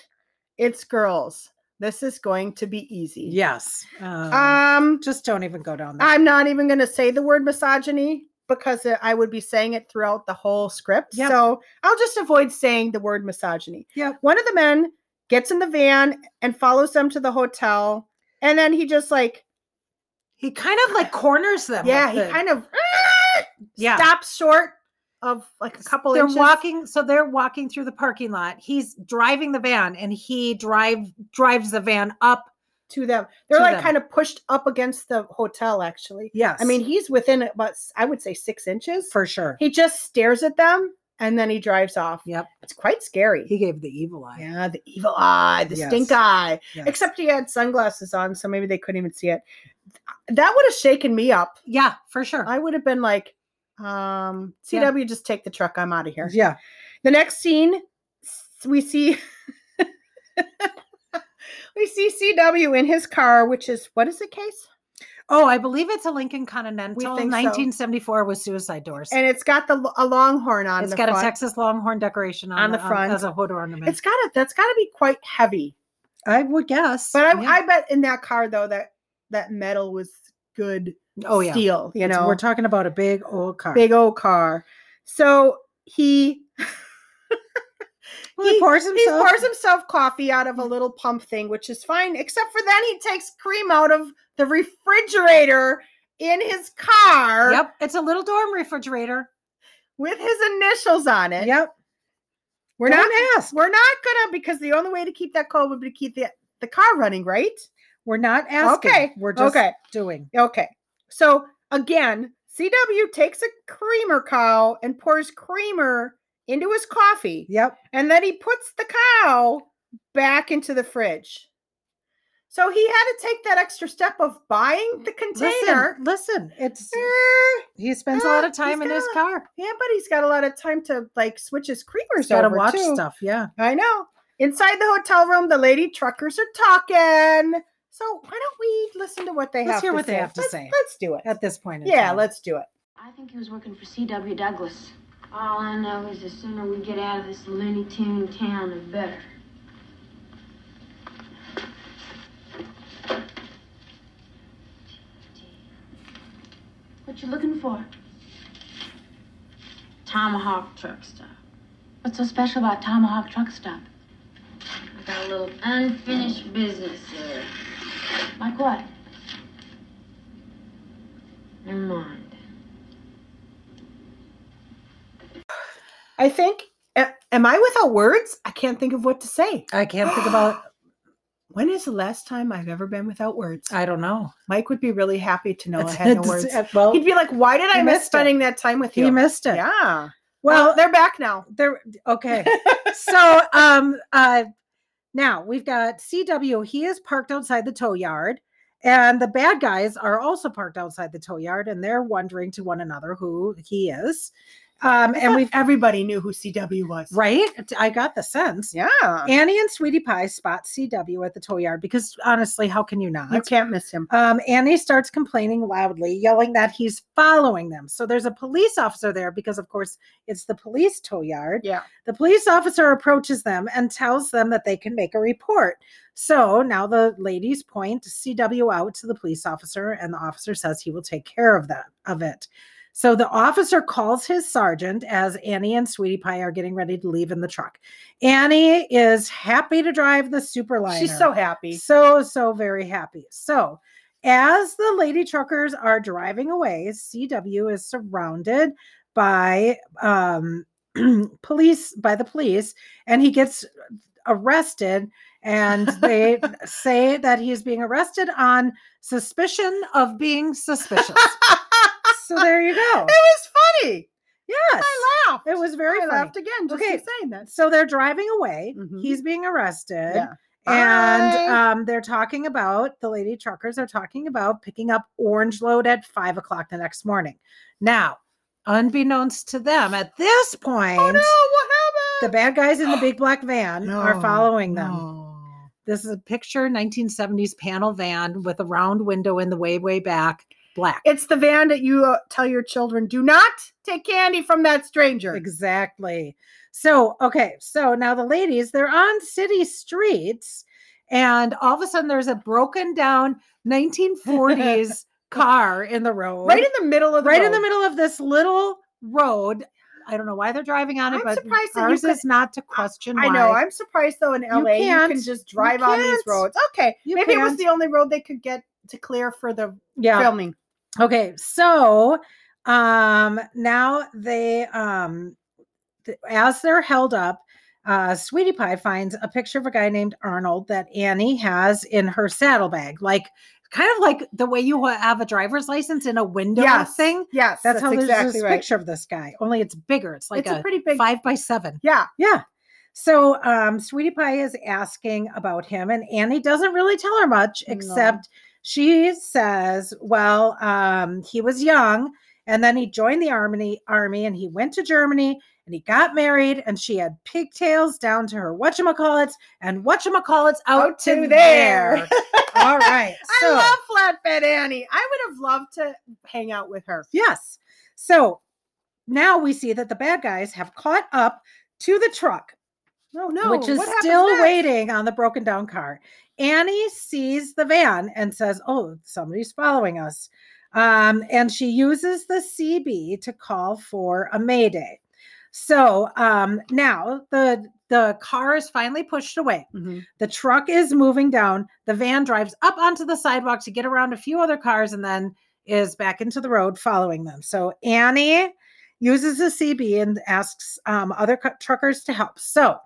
"It's girls. This is going to be easy." Yes. Um, Um. just don't even go down there. I'm not even going to say the word misogyny, because I would be saying it throughout the whole script. Yep. So I'll just avoid saying the word misogyny. Yep. One of the men gets in the van and follows them to the hotel. And then he just like, He kind of like corners them. yeah, he kind of "Ah!" yeah. stops short of like a couple they're inches. walking so they're walking through the parking lot he's driving the van and he drive drives the van up to them. They're To like them. kind of pushed up against the hotel, actually. yes I mean, he's within about, s- I would say, six inches. for sure He just stares at them and then he drives off. Yep. It's quite scary. he gave the evil eye yeah, the evil eye, the Yes. stink eye. Yes. Except he had sunglasses on, so maybe they couldn't even see it. That would have shaken me up. yeah for sure I would have been like, um, Yeah. CW, just take the truck. I'm out of here. yeah The next scene, s- we see we see CW in his car, which is what is the case? oh i believe it's a lincoln continental think so. 1974 with suicide doors And it's got the l- a longhorn on. it's the got a front. texas longhorn decoration on, um, On the front. as a hood ornament It's got to that's got to be quite heavy. i would guess But I, yeah. I bet in that car though that that metal was good oh yeah steel. You It's- know, we're talking about a big old car big old car. So he Well, he, he- pours he himself pours himself coffee out Mm-hmm. of a little pump thing, which is fine, except for then he takes cream out of the refrigerator in his car yep it's a little dorm refrigerator with his initials on it. yep We're not asked we're not gonna because the only way to keep that cold would be to keep the the car running, right? we're not asking Okay, we're just okay. doing Okay. So again, CW takes a creamer cow and pours creamer into his coffee, yep and then he puts the cow back into the fridge. So he had to take that extra step of buying the container. Listen, listen, it's Eh, he spends a lot uh, of time he's in his gotta- car. Yeah, but he's got a lot of time to like switch his creamers He's got to over, watch too. stuff. Yeah, I know. Inside the hotel room, the lady truckers are talking. So why don't we listen to what they Let's have hear to what say? they have to let's, say. Let's do it. at this point. in yeah, time. let's do it. I think he was working for C.W. Douglas. All I know is the sooner we get out of this loony toon town, the better. What you looking for? Tomahawk truck stop. What's so special about Tomahawk Truck Stop? I got a little unfinished business there. Like what? Never mind. I think. a- Am I without words? I can't think of what to say. I can't think about. When is the last time I've ever been without words? I don't know. Mike would be really happy to know I It's- had no it's- words. uh, Well, He'd be like, "Why did he I miss missed it. spending that time with you?" he missed it. Yeah. Well, Well, they're back now. there. Okay. so, um, uh, now we've got CW. He is parked outside the tow yard, and the bad guys are also parked outside the tow yard, and they're wondering to one another who he is. Um, and we've everybody knew who CW was. right. I got the sense. Yeah. Annie and Sweetie Pie spot CW at the tow yard because honestly, how can you not? you can't miss him. Um, Annie starts complaining loudly, yelling that he's following them. So there's a police officer there because, of course, it's the police tow yard. Yeah. The police officer approaches them and tells them that they can make a report. So now the ladies point CW out to the police officer, and the officer says he will take care of that of it. So the officer calls his sergeant as Annie and Sweetie Pie are getting ready to leave in the truck. Annie is happy to drive the Superliner. She's so happy. So, so very happy. So, as the lady truckers are driving away, CW is surrounded by um, police, by the police, and he gets arrested. And they say that he is being arrested on suspicion of being suspicious. so there you go. It was funny. Yes, I laughed. it was very I funny. laughed again just Okay. keep saying that. So they're driving away. Mhm. He's being arrested Yeah. and Bye. um, they're talking about the lady truckers are talking about picking up orange load at five o'clock the next morning. Now, unbeknownst to them, at this point, Oh no! What the bad happened? guys in the big black van are No, following them. no. This is a picture 1970s panel van with a round window in the way way back, black. It's the van that you uh, tell your children do not take candy from that stranger. Exactly. So, okay. So now the ladies, they're on city streets, and all of a sudden there's a broken down 1940s car in the road. right in the middle of the right in road. the middle of this little road. I don't know why they're driving on it, I'm but surprised that you ours could- is not to question. I know. why. I'm surprised though. In LA, you, can can't. just drive on these can't. roads. Okay, You maybe it was can't. the only road they could get to clear for the yeah. filming. Okay, so um now they um th- as they're held up, uh Sweetie Pie finds a picture of a guy named Arnold that Annie has in her saddlebag. Like kind of like the way you ha- have a driver's license in a window Yes, thing. Yes, That's, how there's exactly this right. picture of this guy. Only it's bigger. It's like it's a, a pretty big. five by seven. yeah, Yeah. So um, Sweetie Pie is asking about him, and Annie doesn't really tell her much, No. except she says, Well, um, he was young, and then he joined the army, army, and he went to Germany, and he got married, and she had pigtails down to her whatchamacallits, and whatchamacallits out, Out to to there. there. All right. So, I love Flatbed Annie. I would have loved to hang out with her. yes. So now we see that the bad guys have caught up to the truck No, no, which is what happens still next? waiting on the broken down car. Annie sees the van and says, Oh, somebody's following us. Um, and she uses the CB to call for a mayday. So um, now the the car is finally pushed away. Mhm. The truck is moving down. The van drives up onto the sidewalk to get around a few other cars and then is back into the road following them. So Annie uses the CB and asks um, other cu- truckers to help. So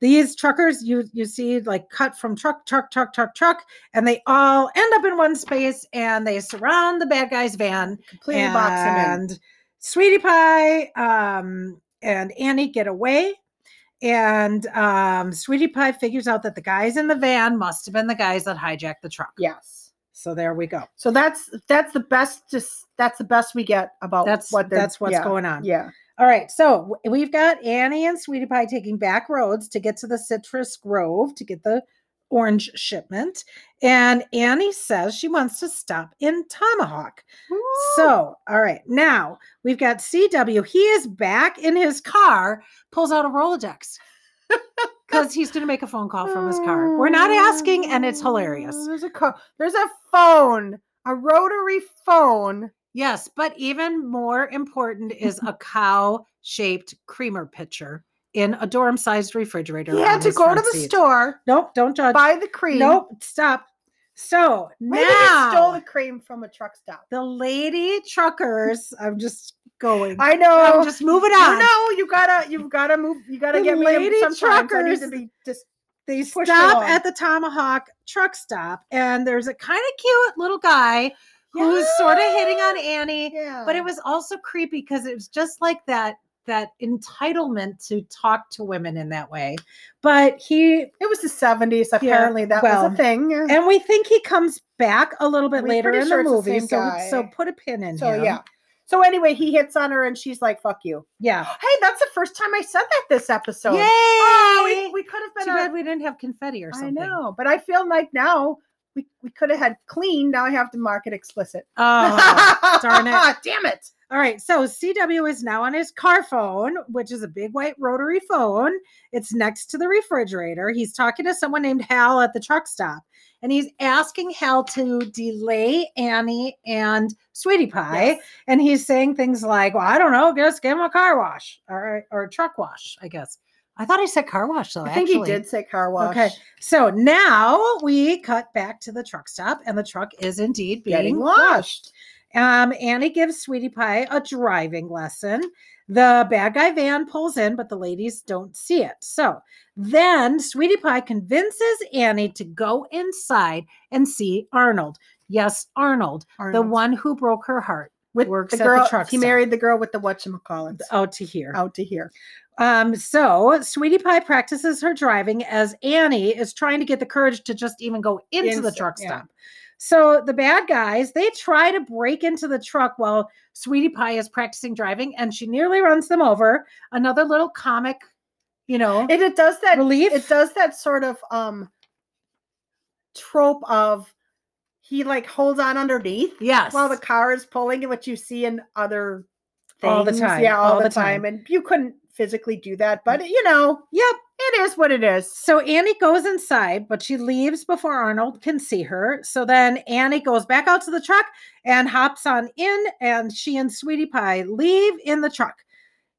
these truckers you you see like cut from truck truck truck truck truck and they all end up in one space and they surround the bad guy's van Completely box him in. and Sweetie Pie um, and Annie get away. And um, Sweetie Pie figures out that the guys in the van must have been the guys that hijacked the truck. Yes. So there we go. So that's that's the best. Just that's the best we get about That's what what they're- that's what's yeah, going on. Yeah. All right. So w- we've got Annie and Sweetie Pie taking back roads to get to the Citrus Grove to get the orange shipment. And Annie says she wants to stop in Tomahawk. So, all right, now we've got CW. He is back in his car, pulls out a Rolodex because he's going to make a phone call from his car. We're not asking, and it's Oh, hilarious. There's a car. There's a phone, a rotary phone. Yes, but even more important is a cow shaped creamer pitcher in a dorm sized refrigerator. He on had to his go to front the seat. store, Nope, don't judge. buy the cream. Nope, stop. So Wait a minute, now stole the cream from a truck stop. the lady truckers, I'm just going. I know. I'm just moving No, on. no, you gotta, you gotta move. You gotta The get rid of lady sometimes. I need to truckers- be just. they pushed stop along. at the Tomahawk truck stop, and there's a kind of cute little guy who's sort of hitting on Annie, Yeah. but it was also creepy because it was just like that that entitlement to talk to women in that way. But he it was the seventies. Apparently, that was well, a thing. yeah. and we think he comes back a little bit We're later pretty in sure the it's the movie, same so so guy. put a pin in So him. yeah. So anyway, he hits on her, and she's like, "Fuck you." yeah. Hey, that's the first time I said that this episode. Yay! Oh, we, we could have been. Too on- bad we didn't have confetti or I something. know, but I feel like now we, we could have had clean. Now I have to mark it explicit. Oh. darn it. Damn it. All right, so CW is now on his car phone, which is a big white rotary phone. It's next to the refrigerator. He's talking to someone named Hal at the truck stop, and he's asking Hal to delay Annie and Sweetie Pie. Yes. And he's saying things like, Well, I don't know, just give him a car wash or, or a truck wash, I guess. I thought I said car wash, though. I think actually. he did say car wash. Okay. So now we cut back to the truck stop, and the truck is indeed being Getting washed. Um, Annie gives Sweetie Pie a driving lesson. The bad guy van pulls in, but the ladies don't see it. So then Sweetie Pie convinces Annie to go inside and see Arnold. Yes, Arnold, the Arnold's- one who broke her heart, with works at the the girl. truck he stop. married the girl with the whatchamacallit. out Oh, to here. Out to here. Um, so Sweetie Pie practices her driving as Annie is trying to get the courage to just even go into the Insta- truck yeah. stop. So the bad guys they try to break into the truck while Sweetie Pie is practicing driving, and she nearly runs them over. Another little comic, you know, And it does that. relief. It does that sort of um trope of he like holds on underneath yes, while the car is pulling, and what you see in other all the things. time, Yeah, all, the, time. And you couldn't physically do that, but you know, yep, it is what it is. So Annie goes inside, but she leaves before Arnold can see her. So then Annie goes back out to the truck and hops on in, and she and Sweetie Pie leave in the truck.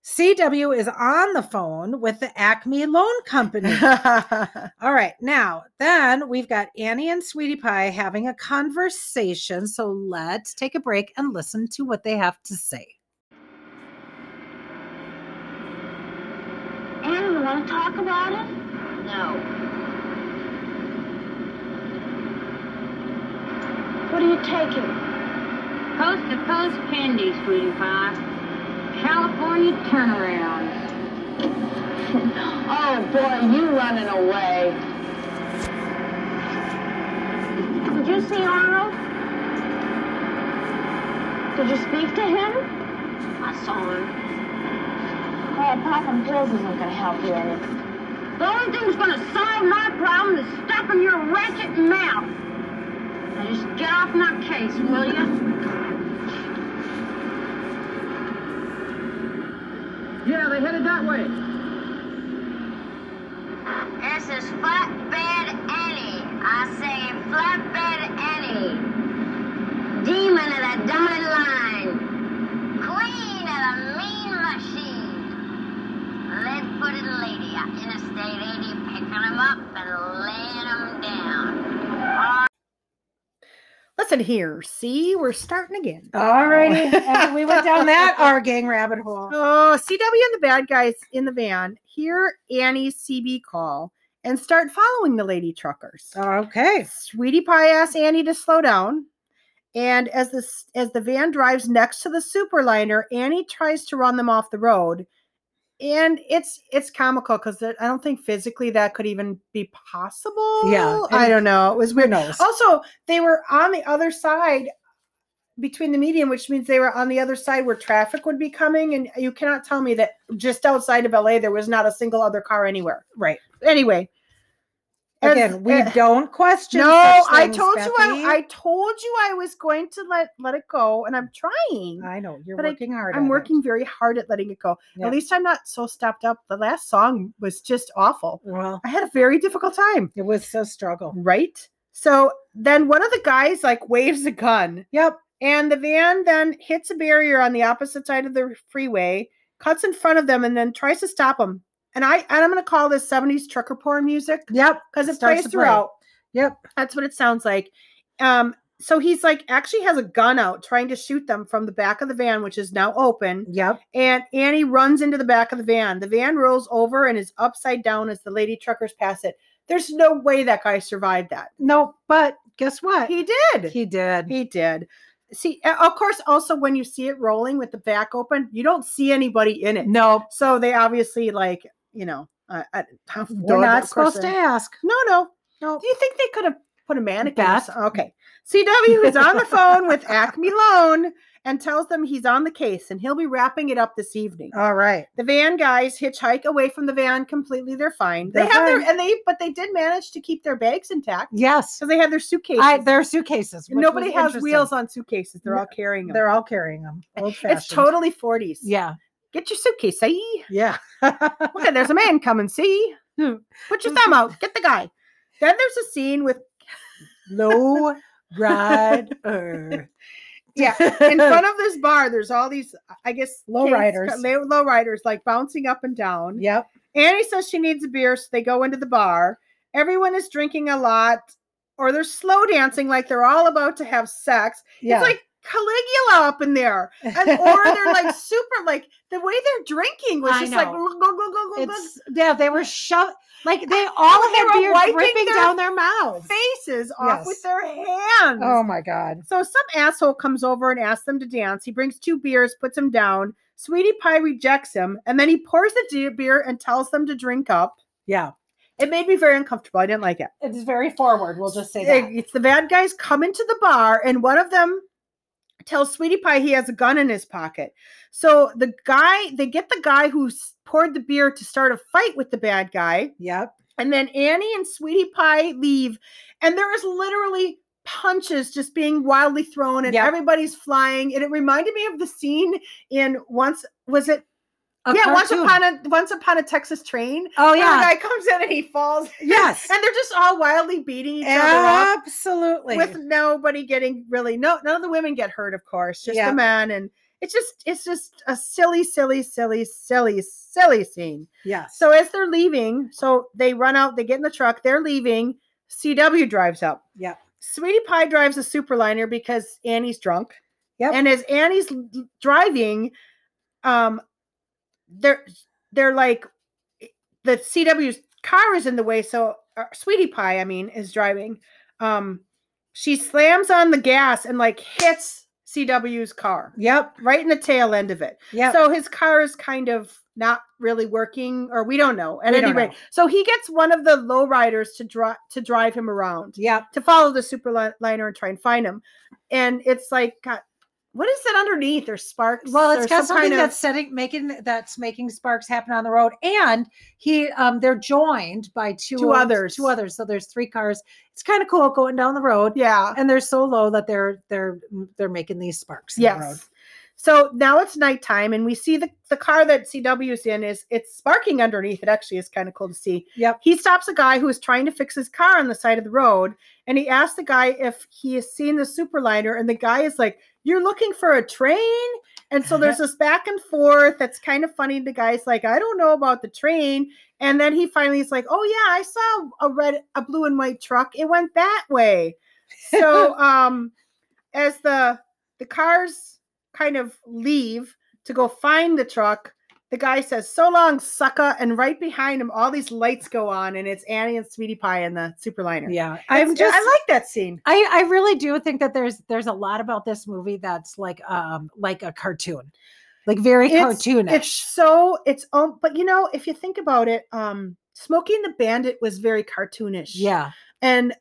CW is on the phone with the Acme Loan Company. All right, now then we've got Annie and Sweetie Pie having a conversation. So let's take a break and listen to what they have to say. Annie, you want to talk about it? No. What are you taking? Coast to coast candy, sweetie pie. California turnarounds. oh boy, you running away. Did you see Arnold? Did you speak to him? I saw him. Hey, packing pills isn't gonna help you any. The only thing that's gonna solve my problem is stopping your ratchet mouth. Now just get off my case, will you? Yeah, they headed that way. This is Flatbed Annie. I say Flatbed Annie. Demon of the dotted line. Queen of the mean machine. Lead footed lady at Interstate 80 picking them up and laying them down. Listen here, see, we're starting again. All righty, and we went down that our gang rabbit hole. Oh, CW and the bad guys in the van hear Annie's CB call and start following the lady truckers. Okay. Sweetie Pie asks Annie to slow down. And as the s- as the van drives next to the superliner, Annie tries to run them off the road, and it's it's comical because I don't think physically that could even be possible. I and don't know. It was weird. Who knows? Also, they were on the other side between the median, which means they were on the other side where traffic would be coming. And you cannot tell me that just outside of LA, there was not a single other car anywhere. Right. Anyway. as- Again, we uh, don't question. no, such I things, told you I, Becky. I told you I was going to let let it go, and I'm trying. I know you're but I- working hard. at I'm it. working very hard at letting it go. Yeah. At least I'm not so stopped up. The last song was just awful. Well, I had a very difficult time. it was a struggle. Right? So then one of the guys like waves a gun. Yep. And the van then hits a barrier on the opposite side of the freeway, cuts in front of them, and then tries to stop them. And I and I'm gonna call this 70s trucker porn music Yep. because it Starts plays to play. throughout. Yep. That's what it sounds like. Um, so he's like actually has a gun out trying to shoot them from the back of the van, which is now open. Yep. And Annie runs into the back of the van. The van rolls over and is upside down as the lady truckers pass it. There's no way that guy survived that. No, but guess what? He did. He, He did. did. See, a- of course, also when you see it rolling with the back open, you don't see anybody in it. no, So they obviously, like, you know, uh, I, I we're don't- not of supposed course to they- ask. No, no. No. Do you think they could have put a mannequin? or Beth? some- Okay. CW is on the phone with Acme Loan and tells them he's on the case and he'll be wrapping it up this evening. All right. The van guys hitchhike away from the van completely. They're fine. They They're have their fine. and they but they did manage to keep their bags intact Yes. because they had their suitcases. I, there are suitcases. which Nobody was has interesting. wheels on suitcases. They're No, all carrying them. They're all carrying them. Old it's totally 40s. Yeah. Get your suitcase, see? Yeah. Look at there's a man coming, see? Hmm. Put your thumb out. Get the guy. Then there's a scene with Low rider. yeah, in front of this bar, there's all these I guess Low kids- riders. low low riders like bouncing up and down. Yep. Annie says she needs a beer, so they go into the bar. Everyone is drinking a lot, or they're slow dancing like they're all about to have sex. Yeah. It's like Caligula up in there. And, or they're like super, like the way they're drinking was I just like, know. glug, glug, glug, glug, glug, glug, It's yeah, they were shoved like they Oh, all they had were beer wiping dripping their down their mouths. faces off with Yes. their hands. Oh my god. So some asshole comes over and asks them to dance. He brings two beers, puts them down. Sweetie Pie rejects him, and then he pours the de- beer and tells them to drink up. Yeah. It made me very uncomfortable. I didn't like it. It's very forward. We'll just say it- It's the bad guys come into the bar, and one of them tells Sweetie Pie he has a gun in his pocket. So the guy, they get the guy who s- poured the beer to start a fight with the bad guy, Yep. and then Annie and Sweetie Pie leave, and there is literally punches just being wildly thrown, and Yep. everybody's flying. And it reminded me of the scene in once was it a yeah, once cartoon. upon a once upon a Texas train. oh Oh yeah, The guy comes in and he falls. yes, And they're just all wildly beating each other up. absolutely. with nobody getting really no none of the women get hurt of course just Yeah. the men and it's just it's just a silly silly silly silly silly scene yes, so as they're leaving so they run out they get in the truck they're leaving cw drives up Yep. sweetie pie drives a superliner because annie's drunk Yep. and as annie's l- l- driving um they're they're like the CW's car is in the way, so uh, Sweetie Pie, I mean, is driving. Um, she slams on the gas and like hits CW's car yep, right in the tail end of it. yep. So his car is kind of not really working, or we don't know. At We any don't rate, know. so he gets one of the lowriders to drive to drive him around Yep. to follow the superliner and try and find him. And it's like, God, what is that underneath? There's sparks. Well, it's or got some something kind of- that's setting making that's making sparks happen on the road, and he um they're joined by two Two of- others. two others. So there's three cars. It's kind of cool going down the road, yeah. and they're so low that they're they're they're making these sparks. in the road. Yes. So now it's nighttime, and we see the, the car that CW's in is it's sparking underneath. It actually is kind of cool to see. Yep. He stops a guy who is trying to fix his car on the side of the road, and he asks the guy if he has seen the superliner, and the guy is like, "You're looking for a train." And so there's this back and forth that's kind of funny. The guy's like, "I don't know about the train," and then he finally is like, "Oh yeah, I saw a red, a blue and white truck. It went that way." So, um, as the the cars kind of leave to go find the truck. The guy says, So long, sucker. And right behind him, all these lights go on, and it's Annie and Sweetie Pie and the Superliner. Yeah. I'm It's- just I like that scene. I, I really do think that there's there's a lot about this movie that's like um like a cartoon, like very It's- cartoonish. It's so, it's, um, but you know, if you think about it, um, Smokey and the Bandit was very cartoonish. yeah. And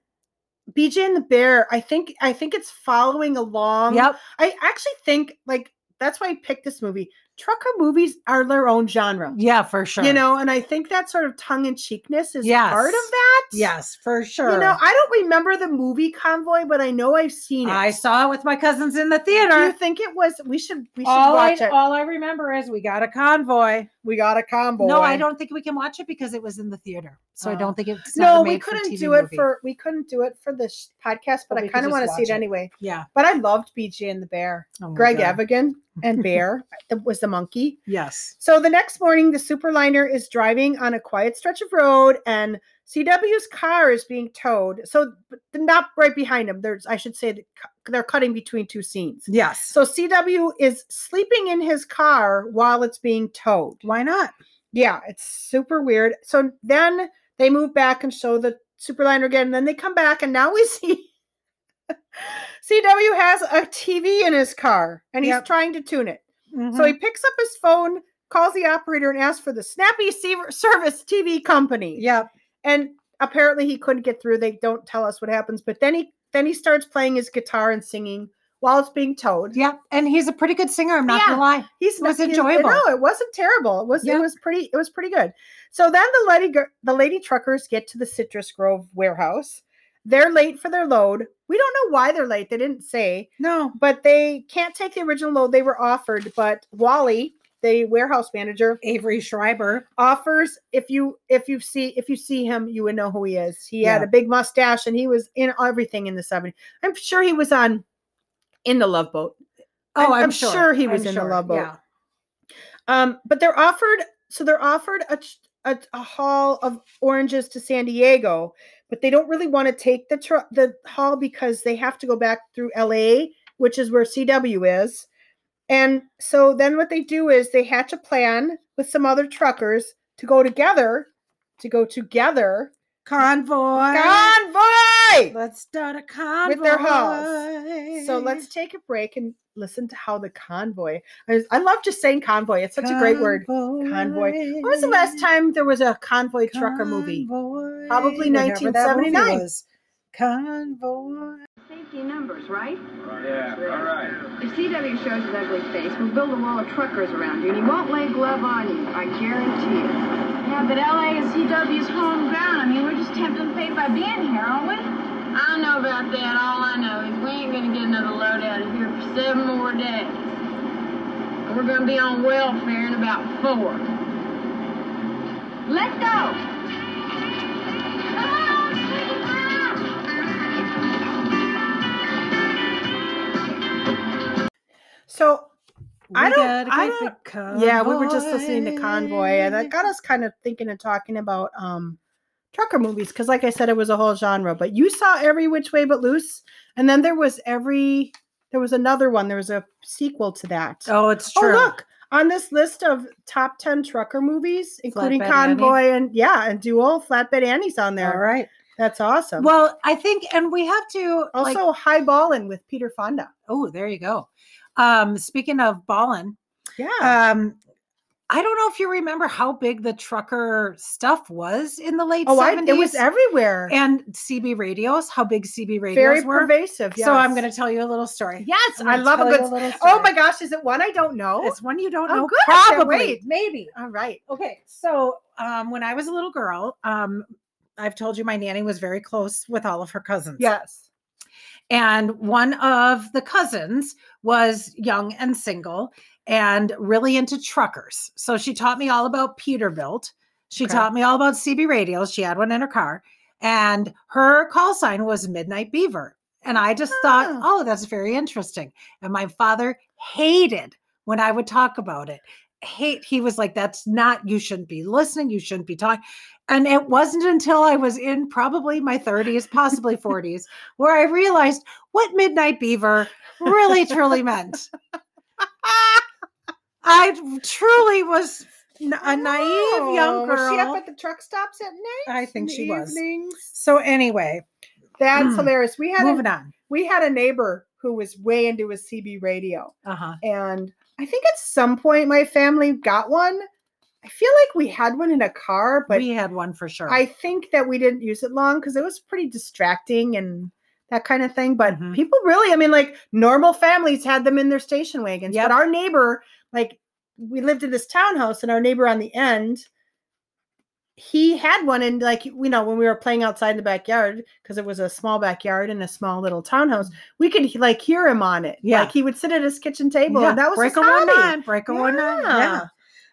BJ and the Bear, I think, I think it's following along. yep. I actually think, like, that's why I picked this movie. Trucker movies are their own genre. Yeah, for sure. You know, and I think that sort of tongue in cheekness is part of Yes. that. Yes, for sure. You know, I don't remember the movie Convoy, but I know I've seen it. I saw it with my cousins in the Do you theater. think it was? We should we should All I, watch it. all I remember is we got a convoy. we got a convoy. No, I don't think we can watch it because it was in the theater. So I Oh. don't think it's not a No, we made for couldn't TV do it movie. for we couldn't do it for this podcast, but But we I could kind just of want to see watch it it. anyway. yeah. But I loved BJ and the Bear, Oh my Greg God. Evigan and Bear that was the monkey. Yes. So the next morning, the superliner is driving on a quiet stretch of road, and CW's car is being towed. So but not right behind him. There's, I should say, that cu- they're cutting between two scenes. Yes. So CW is sleeping in his car while it's being towed. Why not? Yeah, it's super weird. So then they move back and show the superliner again. And then they come back, and now we see CW has a TV in his car, and he's Yep. trying to tune it. Mm-hmm. So he picks up his phone, calls the operator, and asks for the Snappy Seaver- Service TV company. yep. And apparently he couldn't get through. They don't tell us what happens, but then he then he starts playing his guitar and singing while it's being towed. Yep. And he's a pretty good singer, I'm not Yeah. gonna lie. He's was not- he- enjoyable. No, it wasn't terrible. It was Yeah. it was pretty it was pretty good. So then the lady gir- the lady truckers get to the Citrus Grove warehouse. They're late for their load. We don't know why they're late. They didn't say No. but they can't take the original load they were offered. But Wally, the warehouse manager, Avery Schreiber. offers if you if you see if you see him, you would know who he is. He had Yeah. a big mustache and he was in everything in the 70s. I'm sure he was on in the love boat. Oh, I'm- I'm, I'm sure he was I'm in the sure, Love Boat. Yeah. Um, but they're offered so they're offered a, ch- a a haul of oranges to San Diego, but they don't really want to take the tr- the haul because they have to go back through LA, which is where CW is. And so then what they do is they hatch a plan with some other truckers to go together, to go together Convoy. convoy. Let's start a convoy. their hulls. So let's take a break and listen to how the convoy. I, I love just saying convoy. It's such a great word. Convoy. When was the last time there was a convoy trucker movie? Convoy, Probably whenever that movie 1979. was. Convoy. Safety numbers, right? Yeah, all right. If CW shows his ugly face, we'll build a wall of truckers around you, and he won't lay glove on you. I guarantee it. Yeah, but LA is CW's home ground. I mean, we're just tempting fate by being here, aren't we? I don't know about that. All I know is we ain't gonna get another load out of here for seven more days. and we're gonna be on welfare in about four. Let's go! So I We don't- gotta I get the yeah, we were just listening to Convoy, and convoy. it got us kind of thinking and talking about um trucker movies because, like I said, it was a whole genre. But you saw every which way but loose, and then there was every there was another one. There was a sequel to that. Oh, it's Oh, true. look on this list of top ten trucker movies, including Flatbed Annie. Convoy and yeah, and Duel, Flatbed Annie's on there. All right. That's awesome. Well, I think, and we have to like- also highballing with Peter Fonda. oh, there you go. Um, speaking of ballin', Yeah, um, I don't know if you remember how big the trucker stuff was in the late oh, I, 70s. it was everywhere. and CB radios, how big CB radios Very were. pervasive. So I'm yes. going to tell you a little story. Yes, I'm I gonna love a tell good. you s- little oh story. my gosh, is it one I don't know? It's one you don't Oh, know. good. I can't Probably. wait. Maybe. All right. Um, Okay. So um, when I was a little girl, um, I've told you my nanny was very close with all of her cousins. Yes. And one of the cousins was young and single and really into truckers. So she taught me all about Peterbilt. She Okay. taught me all about CB radios. She had one in her car. And her call sign was Midnight Beaver. And I just thought, Ah. oh, that's very interesting. And my father hated when I would talk about it. Hate, he was like, that's not, you shouldn't be listening. You shouldn't be talking. And it wasn't until I was in probably my 30s, possibly 40s, where I realized what Midnight Beaver really truly meant. I truly was n- a naive young Oh, Was she up girl. at the truck stops at night? Oh, I think in she the was. evenings? So anyway, That's hilarious. We had moving a, on. we had a neighbor who was way into his CB radio, Uh-huh. and I think at some point my family got one. I feel like we had one in a car, but we had one for sure. I think that we didn't use it long because it was pretty distracting and that kind of thing. But Mhm. people really, I mean, like normal families had them in their station wagons. Yep. But our neighbor, like, we lived in this townhouse, and our neighbor on the end, he had one. And like, you know, when we were playing outside in the backyard, because it was a small backyard and a small little townhouse, we could he- like hear him on it. Mm. Yeah. like he would sit at his kitchen table, Yeah, and that was break his a one hobby. nine, break a one nine. Yeah. Yeah.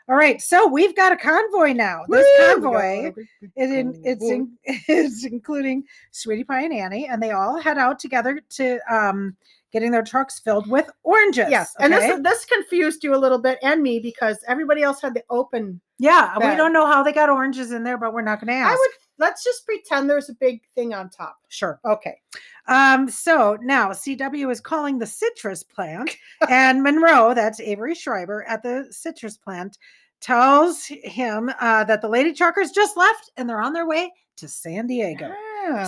All right, so we've got a convoy now. This Woo! convoy it in, it's in, it's including Sweetie Pie and Annie, and they all head out together to um getting their trucks filled with oranges. Yes, okay? and this this confused you a little bit and me because everybody else had the open. yeah, we bad. don't know how they got oranges in there, but we're not going to ask. I would let's just pretend there's a big thing on top. sure. Okay, Um, so now CW is calling the citrus plant, and Monroe, that's Avery Schreiber at the citrus plant, tells him uh, that the lady truckers just left and they're on their way to San Diego.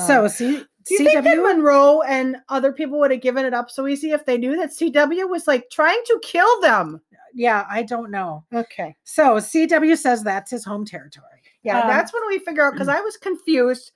So, see, do you think that CW, Monroe and other people would have given it up so easy if they knew that CW was like trying to kill them? yeah, I don't know. Okay, So, CW says that's his home territory. yeah, Um, that's when we figure out because I was confused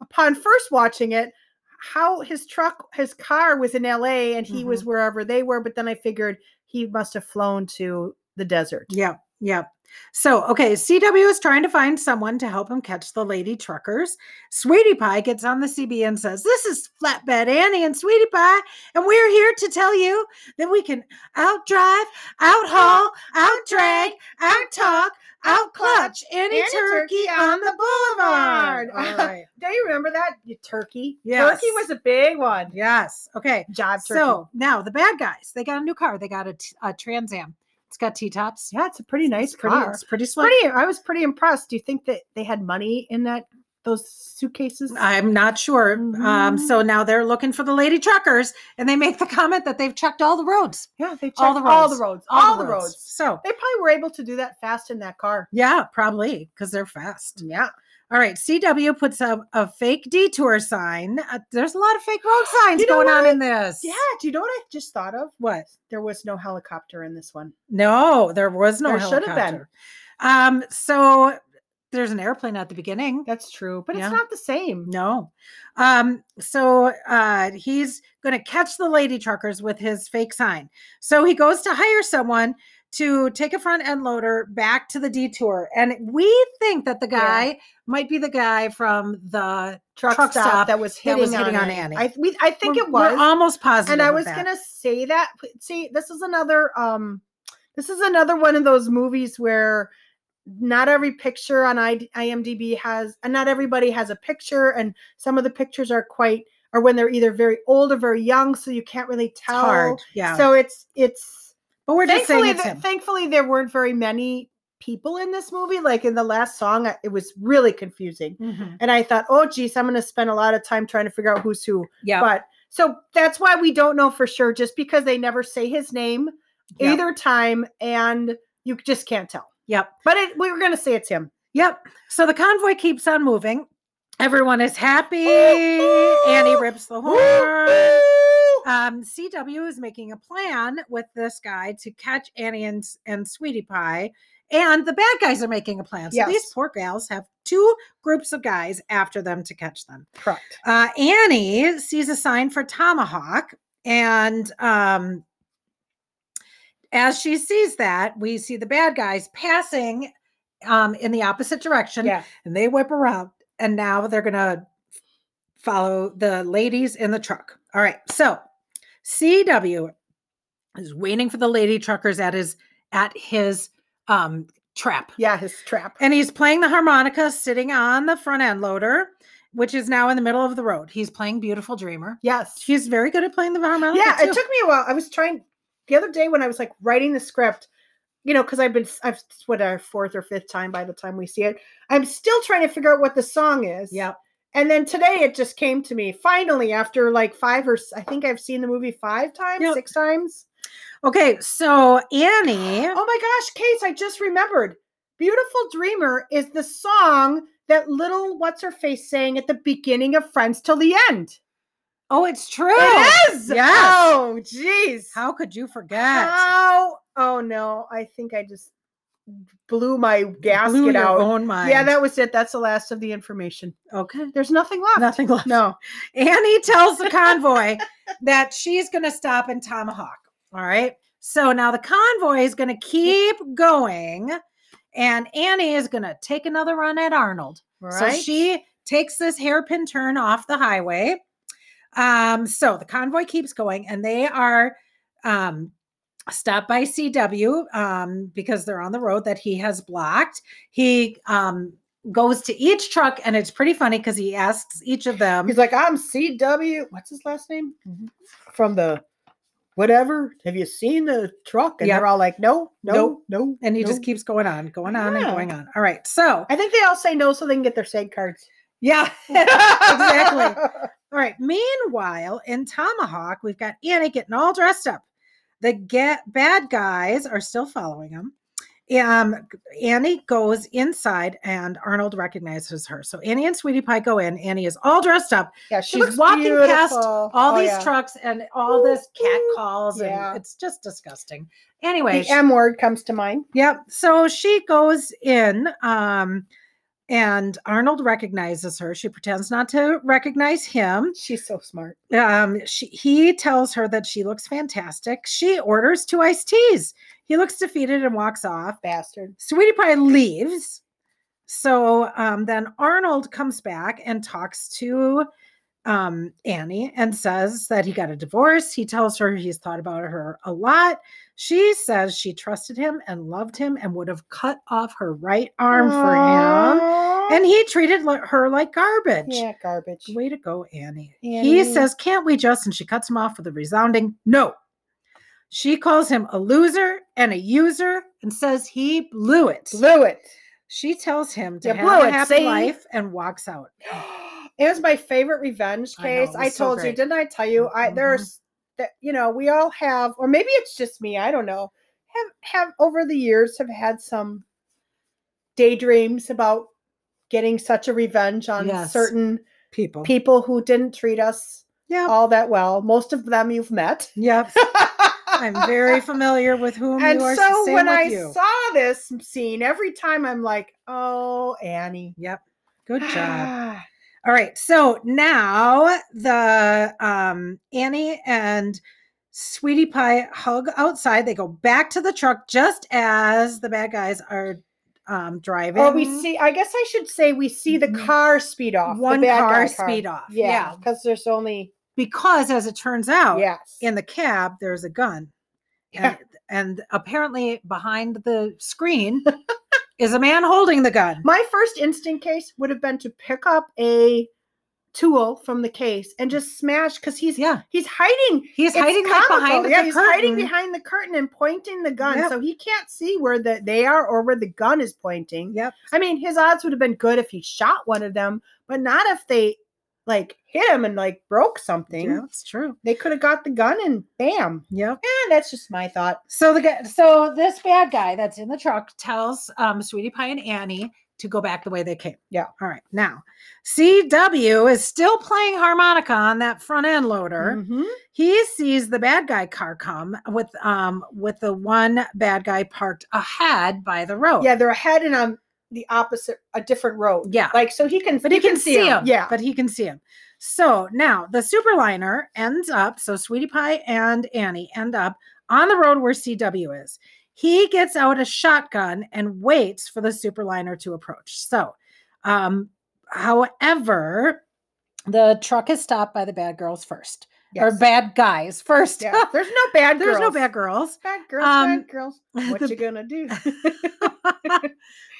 upon first watching it how his truck his car was in LA and he Mm-hmm. was wherever they were, but then I figured he must have flown to the desert. Yep, yep. So, okay, CW is trying to find someone to help him catch the lady truckers. Sweetie Pie gets on the CB and says, This is Flatbed Annie and Sweetie Pie, and we're here to tell you that we can outdrive, outhaul, outdrag, outtalk, outclutch any and a turkey turkey on on the boulevard. boulevard. All right. Do you remember that? You turkey. Yes. Turkey was a big one. Yes. Okay. Job turkey. So now the bad guys, they got a new car. They got a, t- a Trans Am. It's got T tops. yeah, it's a pretty nice Pretty, car. it's pretty slick. pretty. I was pretty impressed. Do you think that they had money in that those suitcases? I'm not sure. Um, Mhm. so now they're looking for the lady truckers, and they make the comment that they've checked all the roads, yeah, they checked all the all the roads, roads, all, the roads. So They probably were able to do that fast in that car. yeah, probably because they're fast. Yeah. All right, CW puts up a fake detour sign. Uh, there's a lot of fake road signs You know going on what? in this. Yeah. Do you know what I just thought of? What? There was no helicopter in this one. No, there was no There should helicopter. have been. Um, so there's an airplane at the beginning. That's true, but Yeah. it's not the same. No. Um, so uh, he's going to catch the lady truckers with his fake sign. So he goes to hire someone to take a front end loader back to the detour. And we think that the Yeah. guy might be the guy from the Truck, Truck stop, stop that was that hitting, was hitting on, on it. Annie. I, we, I think We're- it was. We're almost positive. and I of was that. gonna say that. p- See, this is another um This is another one of those movies where not every picture on ID- IMDb has, and not everybody has a picture, and some of the pictures are quite, or when they're either very old or very young, so you can't really tell. hard. Yeah. So it's it's but we're just saying thankfully it's th- him. thankfully there weren't very many people in this movie. Like in the last song, I- it was really confusing, Mhm. and I thought, oh geez, I'm going to spend a lot of time trying to figure out who's who. Yeah. But so that's why we don't know for sure, just because they never say his name Yep. either time, and you just can't tell. Yep. But it, we were going to say it's him. Yep. So the convoy keeps on moving. Everyone is happy. Ooh, ooh. Annie rips the Woo, horn. woo. Um, CW is making a plan with this guy to catch Annie and, and Sweetie Pie, and the bad guys are making a plan. So these Yes. poor gals have two groups of guys after them to catch them. Correct. Uh, Annie sees a sign for Tomahawk, and um, as she sees that, we see the bad guys passing um, in the opposite direction, Yeah. and they whip around, and now they're gonna follow the ladies in the truck. All right, so CW is waiting for the lady truckers at his at his um, trap. Yeah. His trap. And he's playing the harmonica sitting on the front end loader, which is now in the middle of the road. He's playing Beautiful Dreamer. Yes. He's very good at playing the harmonica. yeah too. it took me a while i was trying the other day when i was like writing the script you know because i've been s- i've it's what our fourth or fifth time by the time we see it i'm still trying to figure out what the song is Yep. and then today it just came to me finally after like five or s- i think i've seen the movie five times Yep. six times Okay, so Annie. oh my gosh case i just remembered beautiful dreamer is the song that little what's her face sang at the beginning of friends till the end Oh, it's true. it is Yes. oh jeez How could you forget? How? Oh no! I think I just blew my gasket Blew your out. own mind. Yeah, that was it. That's the last of the information. okay. There's nothing left. Nothing left. No. Annie tells the convoy that she's going to stop in Tomahawk. All right. So now the convoy is going to keep going, and Annie is going to take another run at Arnold. Right. So she takes this hairpin turn off the highway. Um, so the convoy keeps going, and they are um, stopped by CW um, because they're on the road that he has blocked. He um, goes to each truck, and it's pretty funny because he asks each of them. He's like, I'm CW. What's his last name? Mm-hmm. From the whatever. Have you seen the truck? And Yep. they're all like, No, no, Nope. no. and he just no." keeps going on, going on, and Yeah. going on. All right, so I think they all say no so they can get their SAG cards. yeah, exactly. All right. Meanwhile, in Tomahawk, we've got Annie getting all dressed up. The get bad guys are still following him. Um, Annie goes inside, and Arnold recognizes her. So Annie and Sweetie Pie go in. Annie is all dressed up. Yeah, she She's looks walking past beautiful. All Oh, these yeah. trucks and all this cat calls, Yeah. and it's just disgusting. Anyway, The M word comes to mind. Yep. So she goes in, um, and Arnold recognizes her. She pretends not to recognize him. She's so smart. Um, she, he tells her that she looks fantastic. She orders two iced teas. He looks defeated and walks off. Bastard. Sweetie Pie leaves. So um, then Arnold comes back and talks to um, Annie and says that he got a divorce. He tells her he's thought about her a lot. She says she trusted him and loved him and would have cut off her right arm for him. Aww. And he treated li- her like garbage. Yeah, garbage. Way to go, Annie. He Annie. says, Can't we just? And she cuts him off with a resounding no. She calls him a loser and a user and says he blew it. Blew it. She tells him to You have blew a it, happy see? life and walks out. It was my favorite revenge I know, case. it I, was so told great. you, didn't I tell you? I Mhm. there's that you know we all have, or maybe it's just me. I don't know. Have have over the years have had some daydreams about getting such a revenge on Yes. certain People. people who didn't treat us Yep. all that well. Most of them you've met. Yep. I'm very familiar with whom and you are. so same when with I you. saw this scene, every time I'm like, "Oh, Annie, Yep. Good job. All right. So now the um Annie and Sweetie Pie hug outside. They go back to the truck just as the bad guys are um driving. Or we see, I guess I should say we see the Mhm. car speed off. the one bad car guy speed off. Yeah, because there's only, Oh, Because as it turns out, yes. in the cab there's a gun Yeah. And, and apparently behind the screen is a man holding the gun. My first instinct case would have been to pick up a tool from the case and just smash because he's Yeah. he's hiding. He's It's hiding like comical. behind yeah, the he's curtain. hiding behind the curtain and pointing the gun, Yep. so he can't see where the they are or where the gun is pointing. Yep. I mean, his odds would have been good if he shot one of them, but not if they like hit him and like broke something. Yeah, it's true. They could have got the gun and bam. Yep. And that's just my thought. So the guy, so this bad guy that's in the truck tells um, Sweetie Pie and Annie to go back the way they came. Yeah. All right. Now, CW is still playing harmonica on that front end loader. Mm-hmm. He sees the bad guy car come with um with the one bad guy parked ahead by the road. Yeah, they're ahead and on the opposite, a different road. Yeah. Like so he can, But he can, see, him. Yeah. But he can see him. So now the superliner ends up, so Sweetie Pie and Annie end up on the road where CW is. He gets out a shotgun and waits for the superliner to approach. So, um, however, the truck is stopped by the bad girls first, or Yes. bad guys first. Yeah, There's no bad There's no girls. bad girls. Bad girls, Um, bad girls. the- What you gonna do?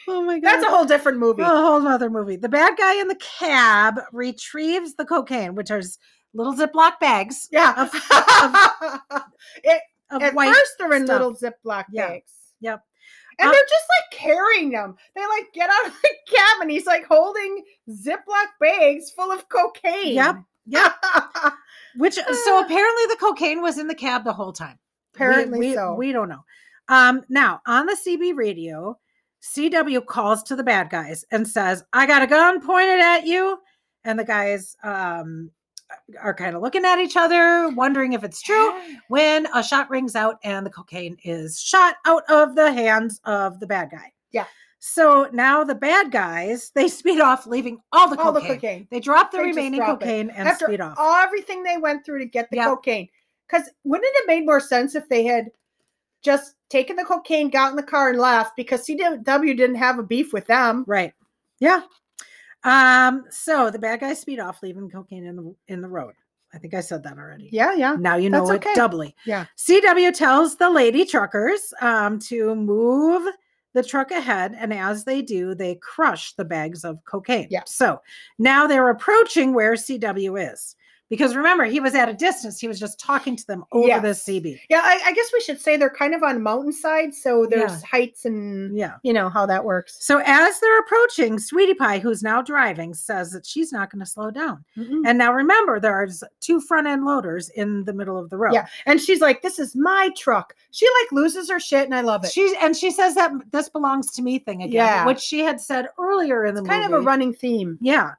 oh my god, That's a whole different movie. A whole other movie. The bad guy in the cab retrieves the cocaine, which are s- little Ziploc bags yeah. of At white. first, they're in stuff. little Ziploc Yeah. bags. Yep. And Um, they're just like carrying them. They like get out of the cab and he's like holding Ziploc bags full of cocaine. Yep. Yeah. Which so apparently the cocaine was in the cab the whole time. We- Apparently we, so. We don't know. Um, now on the CB radio, CW calls to the bad guys and says, "I got a gun pointed at you," and the guys um are kind of looking at each other, wondering if it's true. when a shot rings out and the cocaine is shot out of the hands of the bad guy. Yeah. So now the bad guys they speed off, leaving all the All the cocaine. cocaine. They drop the They just remaining drop it. cocaine and After speed off. all everything they went through to get the Yep. cocaine. Because wouldn't it have made more sense if they had just taken the cocaine, got in the car, and left? Because CW didn't have a beef with them. right. Yeah. Um. So the bad guys speed off, leaving cocaine in the in the road. I think I said that already. Yeah, yeah. Now you know That's it okay. doubly. Yeah. CW tells the lady truckers um, to move the truck ahead, and as they do, they crush the bags of cocaine. Yeah. So now they're approaching where CW is. Because remember, he was at a distance. He was just talking to them over Yes. the CB. Yeah, I, I guess we should say they're kind of on mountainside, so there's heights and Yeah. you know how that works. So as they're approaching, Sweetie Pie, who's now driving, says that she's not going to slow down. And, And now remember, there's two front end loaders in the middle of the road. yeah, and she's like, "This is my truck." She like loses her shit, and I love it. She's and she says that this belongs to me thing again, Yeah. which she had said earlier in the It's movie. kind of a running theme. Yeah.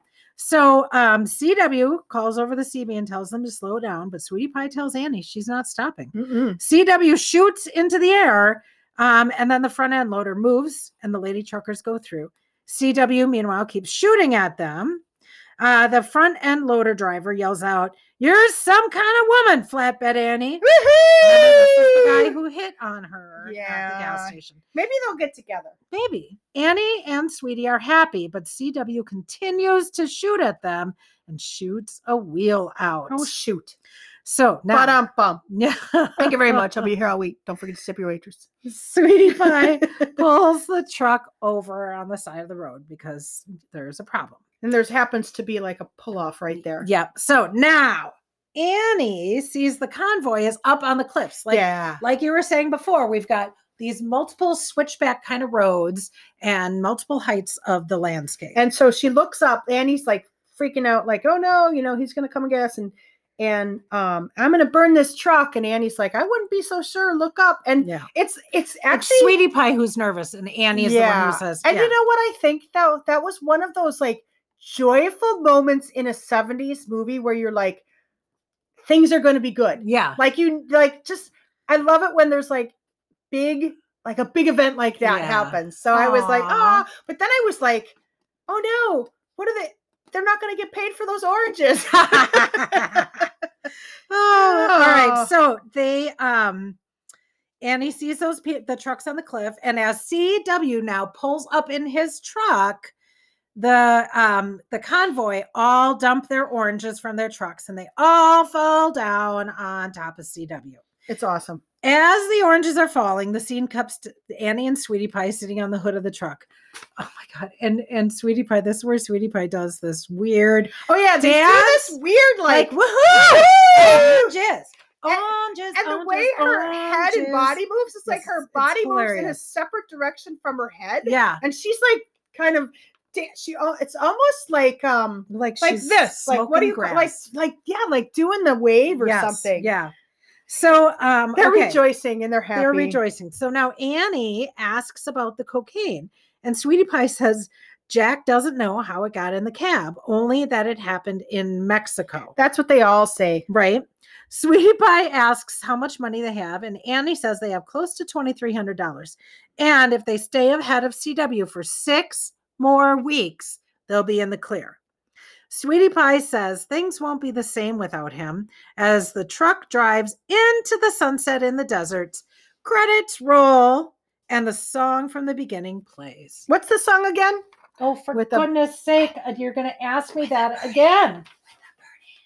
So um, CW calls over the CB and tells them to slow down, but Sweetie Pie tells Annie she's not stopping. Mm-mm. CW shoots into the air, um, and then the front end loader moves, and the lady truckers go through. CW, meanwhile, keeps shooting at them. Uh, the front end loader driver yells out, "You're some kind of woman, flatbed Annie." Remember, this is the guy Woohoo! who hit on her at the gas Yeah. station. Maybe they'll get together. Maybe. Annie and Sweetie are happy, but CW continues to shoot at them and shoots a wheel out. Oh shoot! so now, But um, bum. yeah. Thank you very much. I'll be here all week. Don't forget to tip your waitress. Sweetie Pie pulls the truck over on the side of the road because there's a problem. And there's happens to be like a pull off right there. Yep. So now Annie sees the convoy is up on the cliffs, like yeah. like you were saying before, we've got these multiple switchback kind of roads and multiple heights of the landscape. And so she looks up and he's like freaking out, like, oh no, you know, he's gonna come and get us and and um I'm gonna burn this truck. And Annie's like, I wouldn't be so sure. Look up. And yeah. it's it's It's actually Sweetie Pie who's nervous, and Annie is the one Yeah. who says, And yeah. you know what I think though? That was one of those like joyful moments in a 70s movie where you're like, things are gonna be good. yeah, Like you like just I love it when there's like big like a big event like that Yeah. happens. So I was like, Aw. ah, but then I was like, oh no, what are they? They're not going to get paid for those oranges. oh, all Oh. right. So they, um, Annie sees those pe- the trucks on the cliff, and as CW now pulls up in his truck, the um the convoy all dump their oranges from their trucks, and they all fall down on top of CW. it's awesome. As the oranges are falling, the scene cuts to Annie and Sweetie Pie sitting on the hood of the truck. Oh my god! And and Sweetie Pie, this is where Sweetie Pie does this weird, Oh yeah, they do this Dance? weird like, like, woohoo, oranges, And- oranges, and the oranges, way her head and oranges." body moves, it's like This- her it's body moves in a hilarious. separate direction from her head, yeah, and she's like kind of da- she. al- It's almost like um like like she's this, like what do smoking you call- like grass. like yeah, like doing the wave or Yes, something. Yeah. So um, They're okay. rejoicing and they're happy. They're rejoicing. So now Annie asks about the cocaine, and Sweetie Pie says Jack doesn't know how it got in the cab, only that it happened in Mexico. That's what they all say. Right? Sweetie Pie asks how much money they have, and Annie says they have close to $2,300. And if they stay ahead of CW for six more weeks, they'll be in the clear. Sweetie Pie says things won't be the same without him as the truck drives into the sunset in the desert. Credits roll, and the song from the beginning plays. What's the song again? Oh, for With a- goodness sake, uh, you're going to ask me that again.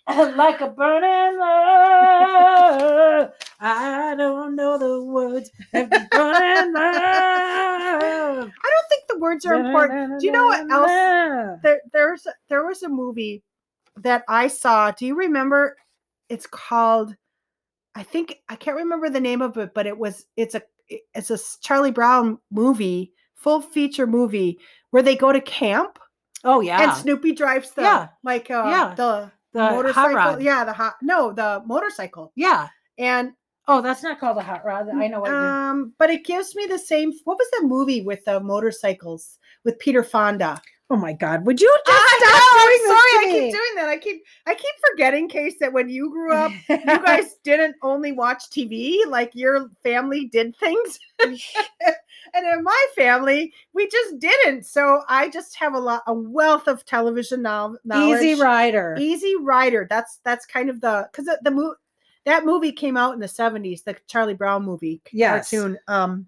like a burning love. I don't know the words. of the burning love. I don't think the words are important. Do you know what else else? there there's there was a movie that I saw. Do you remember? It's called I think I can't remember the name of it, but it was it's a it's a s- Charlie Brown movie, full feature movie where they go to camp Oh, yeah. and Snoopy drives the Yeah. like uh, Yeah. the, the hot motorcycle. rod. Yeah. Yeah, the hot no the motorcycle and Oh, that's not called a hot rod. I know what you mean. um but it gives me the same. What was that movie with the motorcycles with Peter Fonda? Oh, my God. Would you just I stop know, Ah, I'm sorry. I doing keep doing that. I keep I keep forgetting, Case, that when you grew up, this to me? you guys didn't only watch TV. Like your family did things, and in my family, we just didn't. So I just have a lot, a wealth of television now. Knowledge. Easy Rider. Easy Rider. That's that's kind of the because the, the movie that movie came out in the seventies, the Charlie Brown movie c- Yes. cartoon. Um,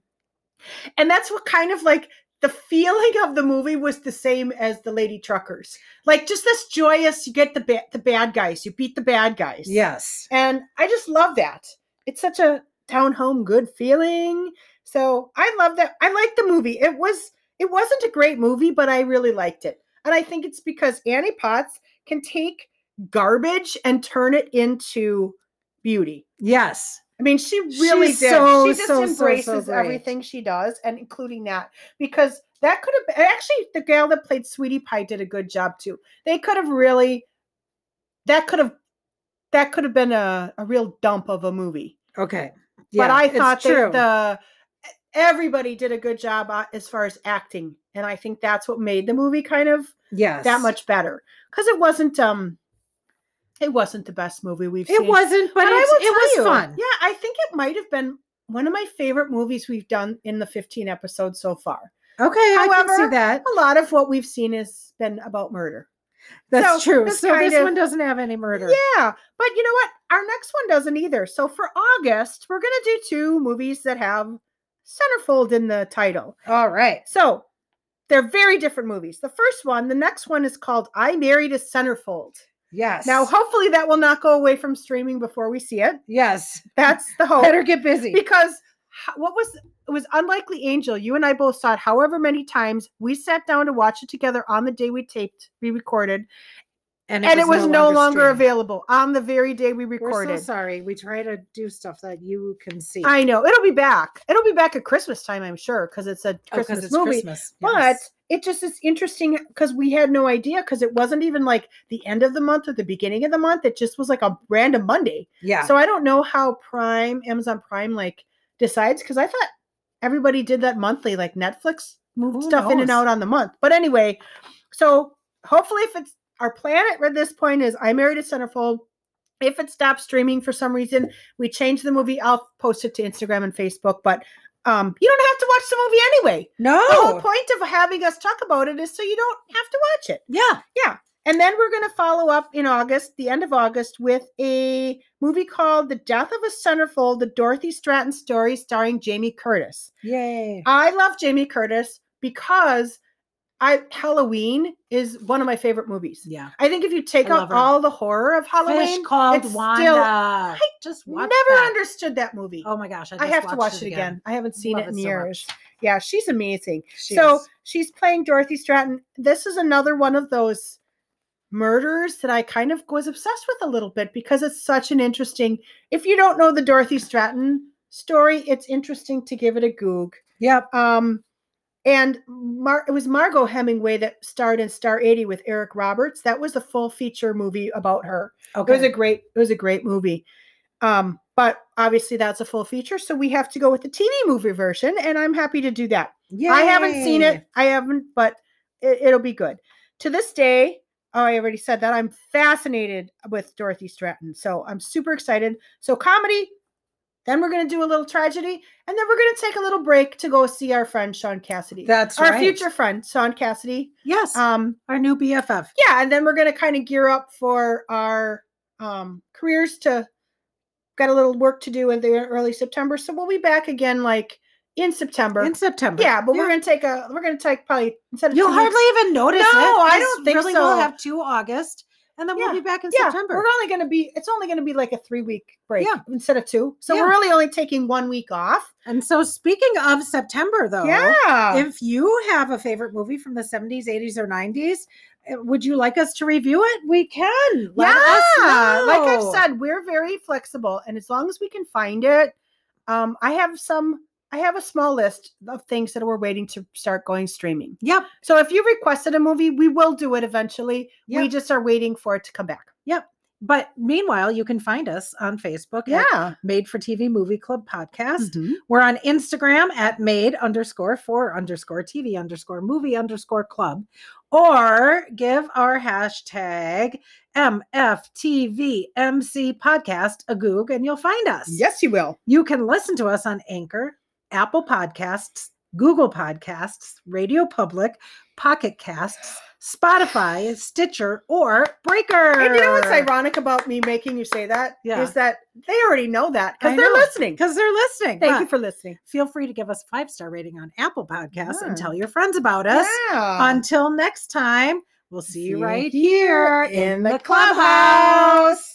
and that's what kind of like the feeling of the movie was the same as the Lady Truckers, like just this joyous. You get the ba- the bad guys, you beat the bad guys. Yes. and I just love that. It's such a town home good feeling. So I love that. I like the movie. It was it wasn't a great movie, but I really liked it. And I think it's because Annie Potts can take garbage and turn it into beauty. Yes. I mean, she really She's did. so, she just so, so, so embraces great. everything she does, and including that, because that could have been, actually the gal that played Sweetie Pie did a good job too. They could have really, that could have, that could have been a, a real dump of a movie. Okay. but I it's thought that the e, everybody did a good job uh, as far as acting, and I think that's what made the movie kind of yes. that much better because it wasn't um, it wasn't the best movie we've It seen. wasn't, but, But I it's, will it was tell you, fun. Yeah, I think it might have been one of my favorite movies we've done in the 15 episodes so far. Okay, I can However, see that. A lot of what we've seen has been about murder. That's so true. it's So kind this of- one doesn't have any murder. Yeah, but you know what? Our next one doesn't either. So for August, we're going to do two movies that have centerfold in the title. All right. So they're very different movies. The first one, the next one is called I Married a Centerfold. Yes. Now, hopefully, that will not go away from streaming before we see it. yes. That's the hope. Better get busy. because h- what was it was unlikely angel you and i both saw it however many times we sat down to watch it together on the day we taped we recorded and it was, no longer, streaming. available on the very day we We're recorded so sorry. We try to do stuff that you can see. i know it'll be back it'll be back at christmas time i'm sure because it's a Oh, 'cause christmas it's movie Christmas. but yes. it just is interesting because we had no idea because it wasn't even like the end of the month or the beginning of the month it just was like a random monday yeah. So I don't know how Prime, Amazon Prime, like decides because I thought everybody did that monthly, like Netflix moved Who stuff in and knows? out on the month. But anyway, so hopefully, if it's our plan at this point is I married a centerfold. If it stops streaming for some reason, we change the movie. I'll post it to Instagram and Facebook, but um, you don't have to watch the movie anyway. The whole no. point of having us talk about it is so you don't have to watch it. Yeah. And then we're going to follow up in August, the end of August, with a movie called The Death of a Centerfold, the Dorothy Stratton story starring Jamie Curtis. Yay. I love Jamie Curtis because I Halloween is one of my favorite movies. Yeah. I think if you I take out love her. all the horror of Halloween, Fish called it's Wanda. still just watch never that. understood that movie. Oh my gosh, I, I just have to watched watch it again. I haven't seen Love it in it so years. Yeah, she's amazing. She so is. she's playing Dorothy Stratton. This is another one of those murders that I kind of was obsessed with a little bit because it's such an interesting. If you don't know the Dorothy Stratton story, it's interesting to give it a goog. Yep. Um, and Mar- it was Margot Hemingway that starred in Star 80 with Eric Roberts. That was a full feature movie about her. Okay. It was a great it was a great movie. Um, but obviously that's a full feature, so we have to go with the TV movie version, and I'm happy to do that. I haven't seen Yay. it. I haven't, but it, it'll be good. To this day, oh, I already said that I'm fascinated with Dorothy Stratton, so I'm super excited. So comedy, then we're gonna do a little tragedy, and then we're gonna take a little break to go see our friend Sean Cassidy. That's our right. future friend, Sean Cassidy. Yes. Um, our new BFF. yeah and then we're going to kind of gear up for our um careers to got a little work to do in the early september so we'll be back again like in september In September. yeah but we're going to take a we're going to take probably instead of You'll two hardly weeks- even notice it. No, I because don't think really We'll so. have two August, and then Yeah. we'll be back in yeah, September. we're only going to be it's only going to be like a three week break Yeah. instead of two so we're Yeah. really only taking one week off And so, speaking of September, though, yeah Oh. if you have a favorite movie from the 70s, 80s, or 90s, uh, would you like us to review it? We can. Let us yeah, like I've know. said, we're very flexible, and as long as we can find it, um, I have some. I have a small list of things that we're waiting to start going streaming. Yep. So if you requested a movie, we will do it eventually. We Yep. just are waiting for it to come back. But meanwhile, you can find us on Facebook at Made for TV Movie Club Podcast. Mm-hmm. We're on Instagram at made underscore for underscore TV underscore movie underscore club, or give our hashtag MFTVMC podcast a goog and you'll find us. Yes, you will. You can listen to us on Anchor, Apple Podcasts, Google Podcasts, Radio Public, Pocket Casts, Spotify, Stitcher, or Breaker. And you know what's ironic about me making you say that is Yeah. that they already know that I because they're know. listening. Because they're listening. Thank But you for listening. feel free to give us five star rating on Apple Podcasts Yeah. and tell your friends about us. Yeah. Until next time, we'll see, See you you right here in the clubhouse.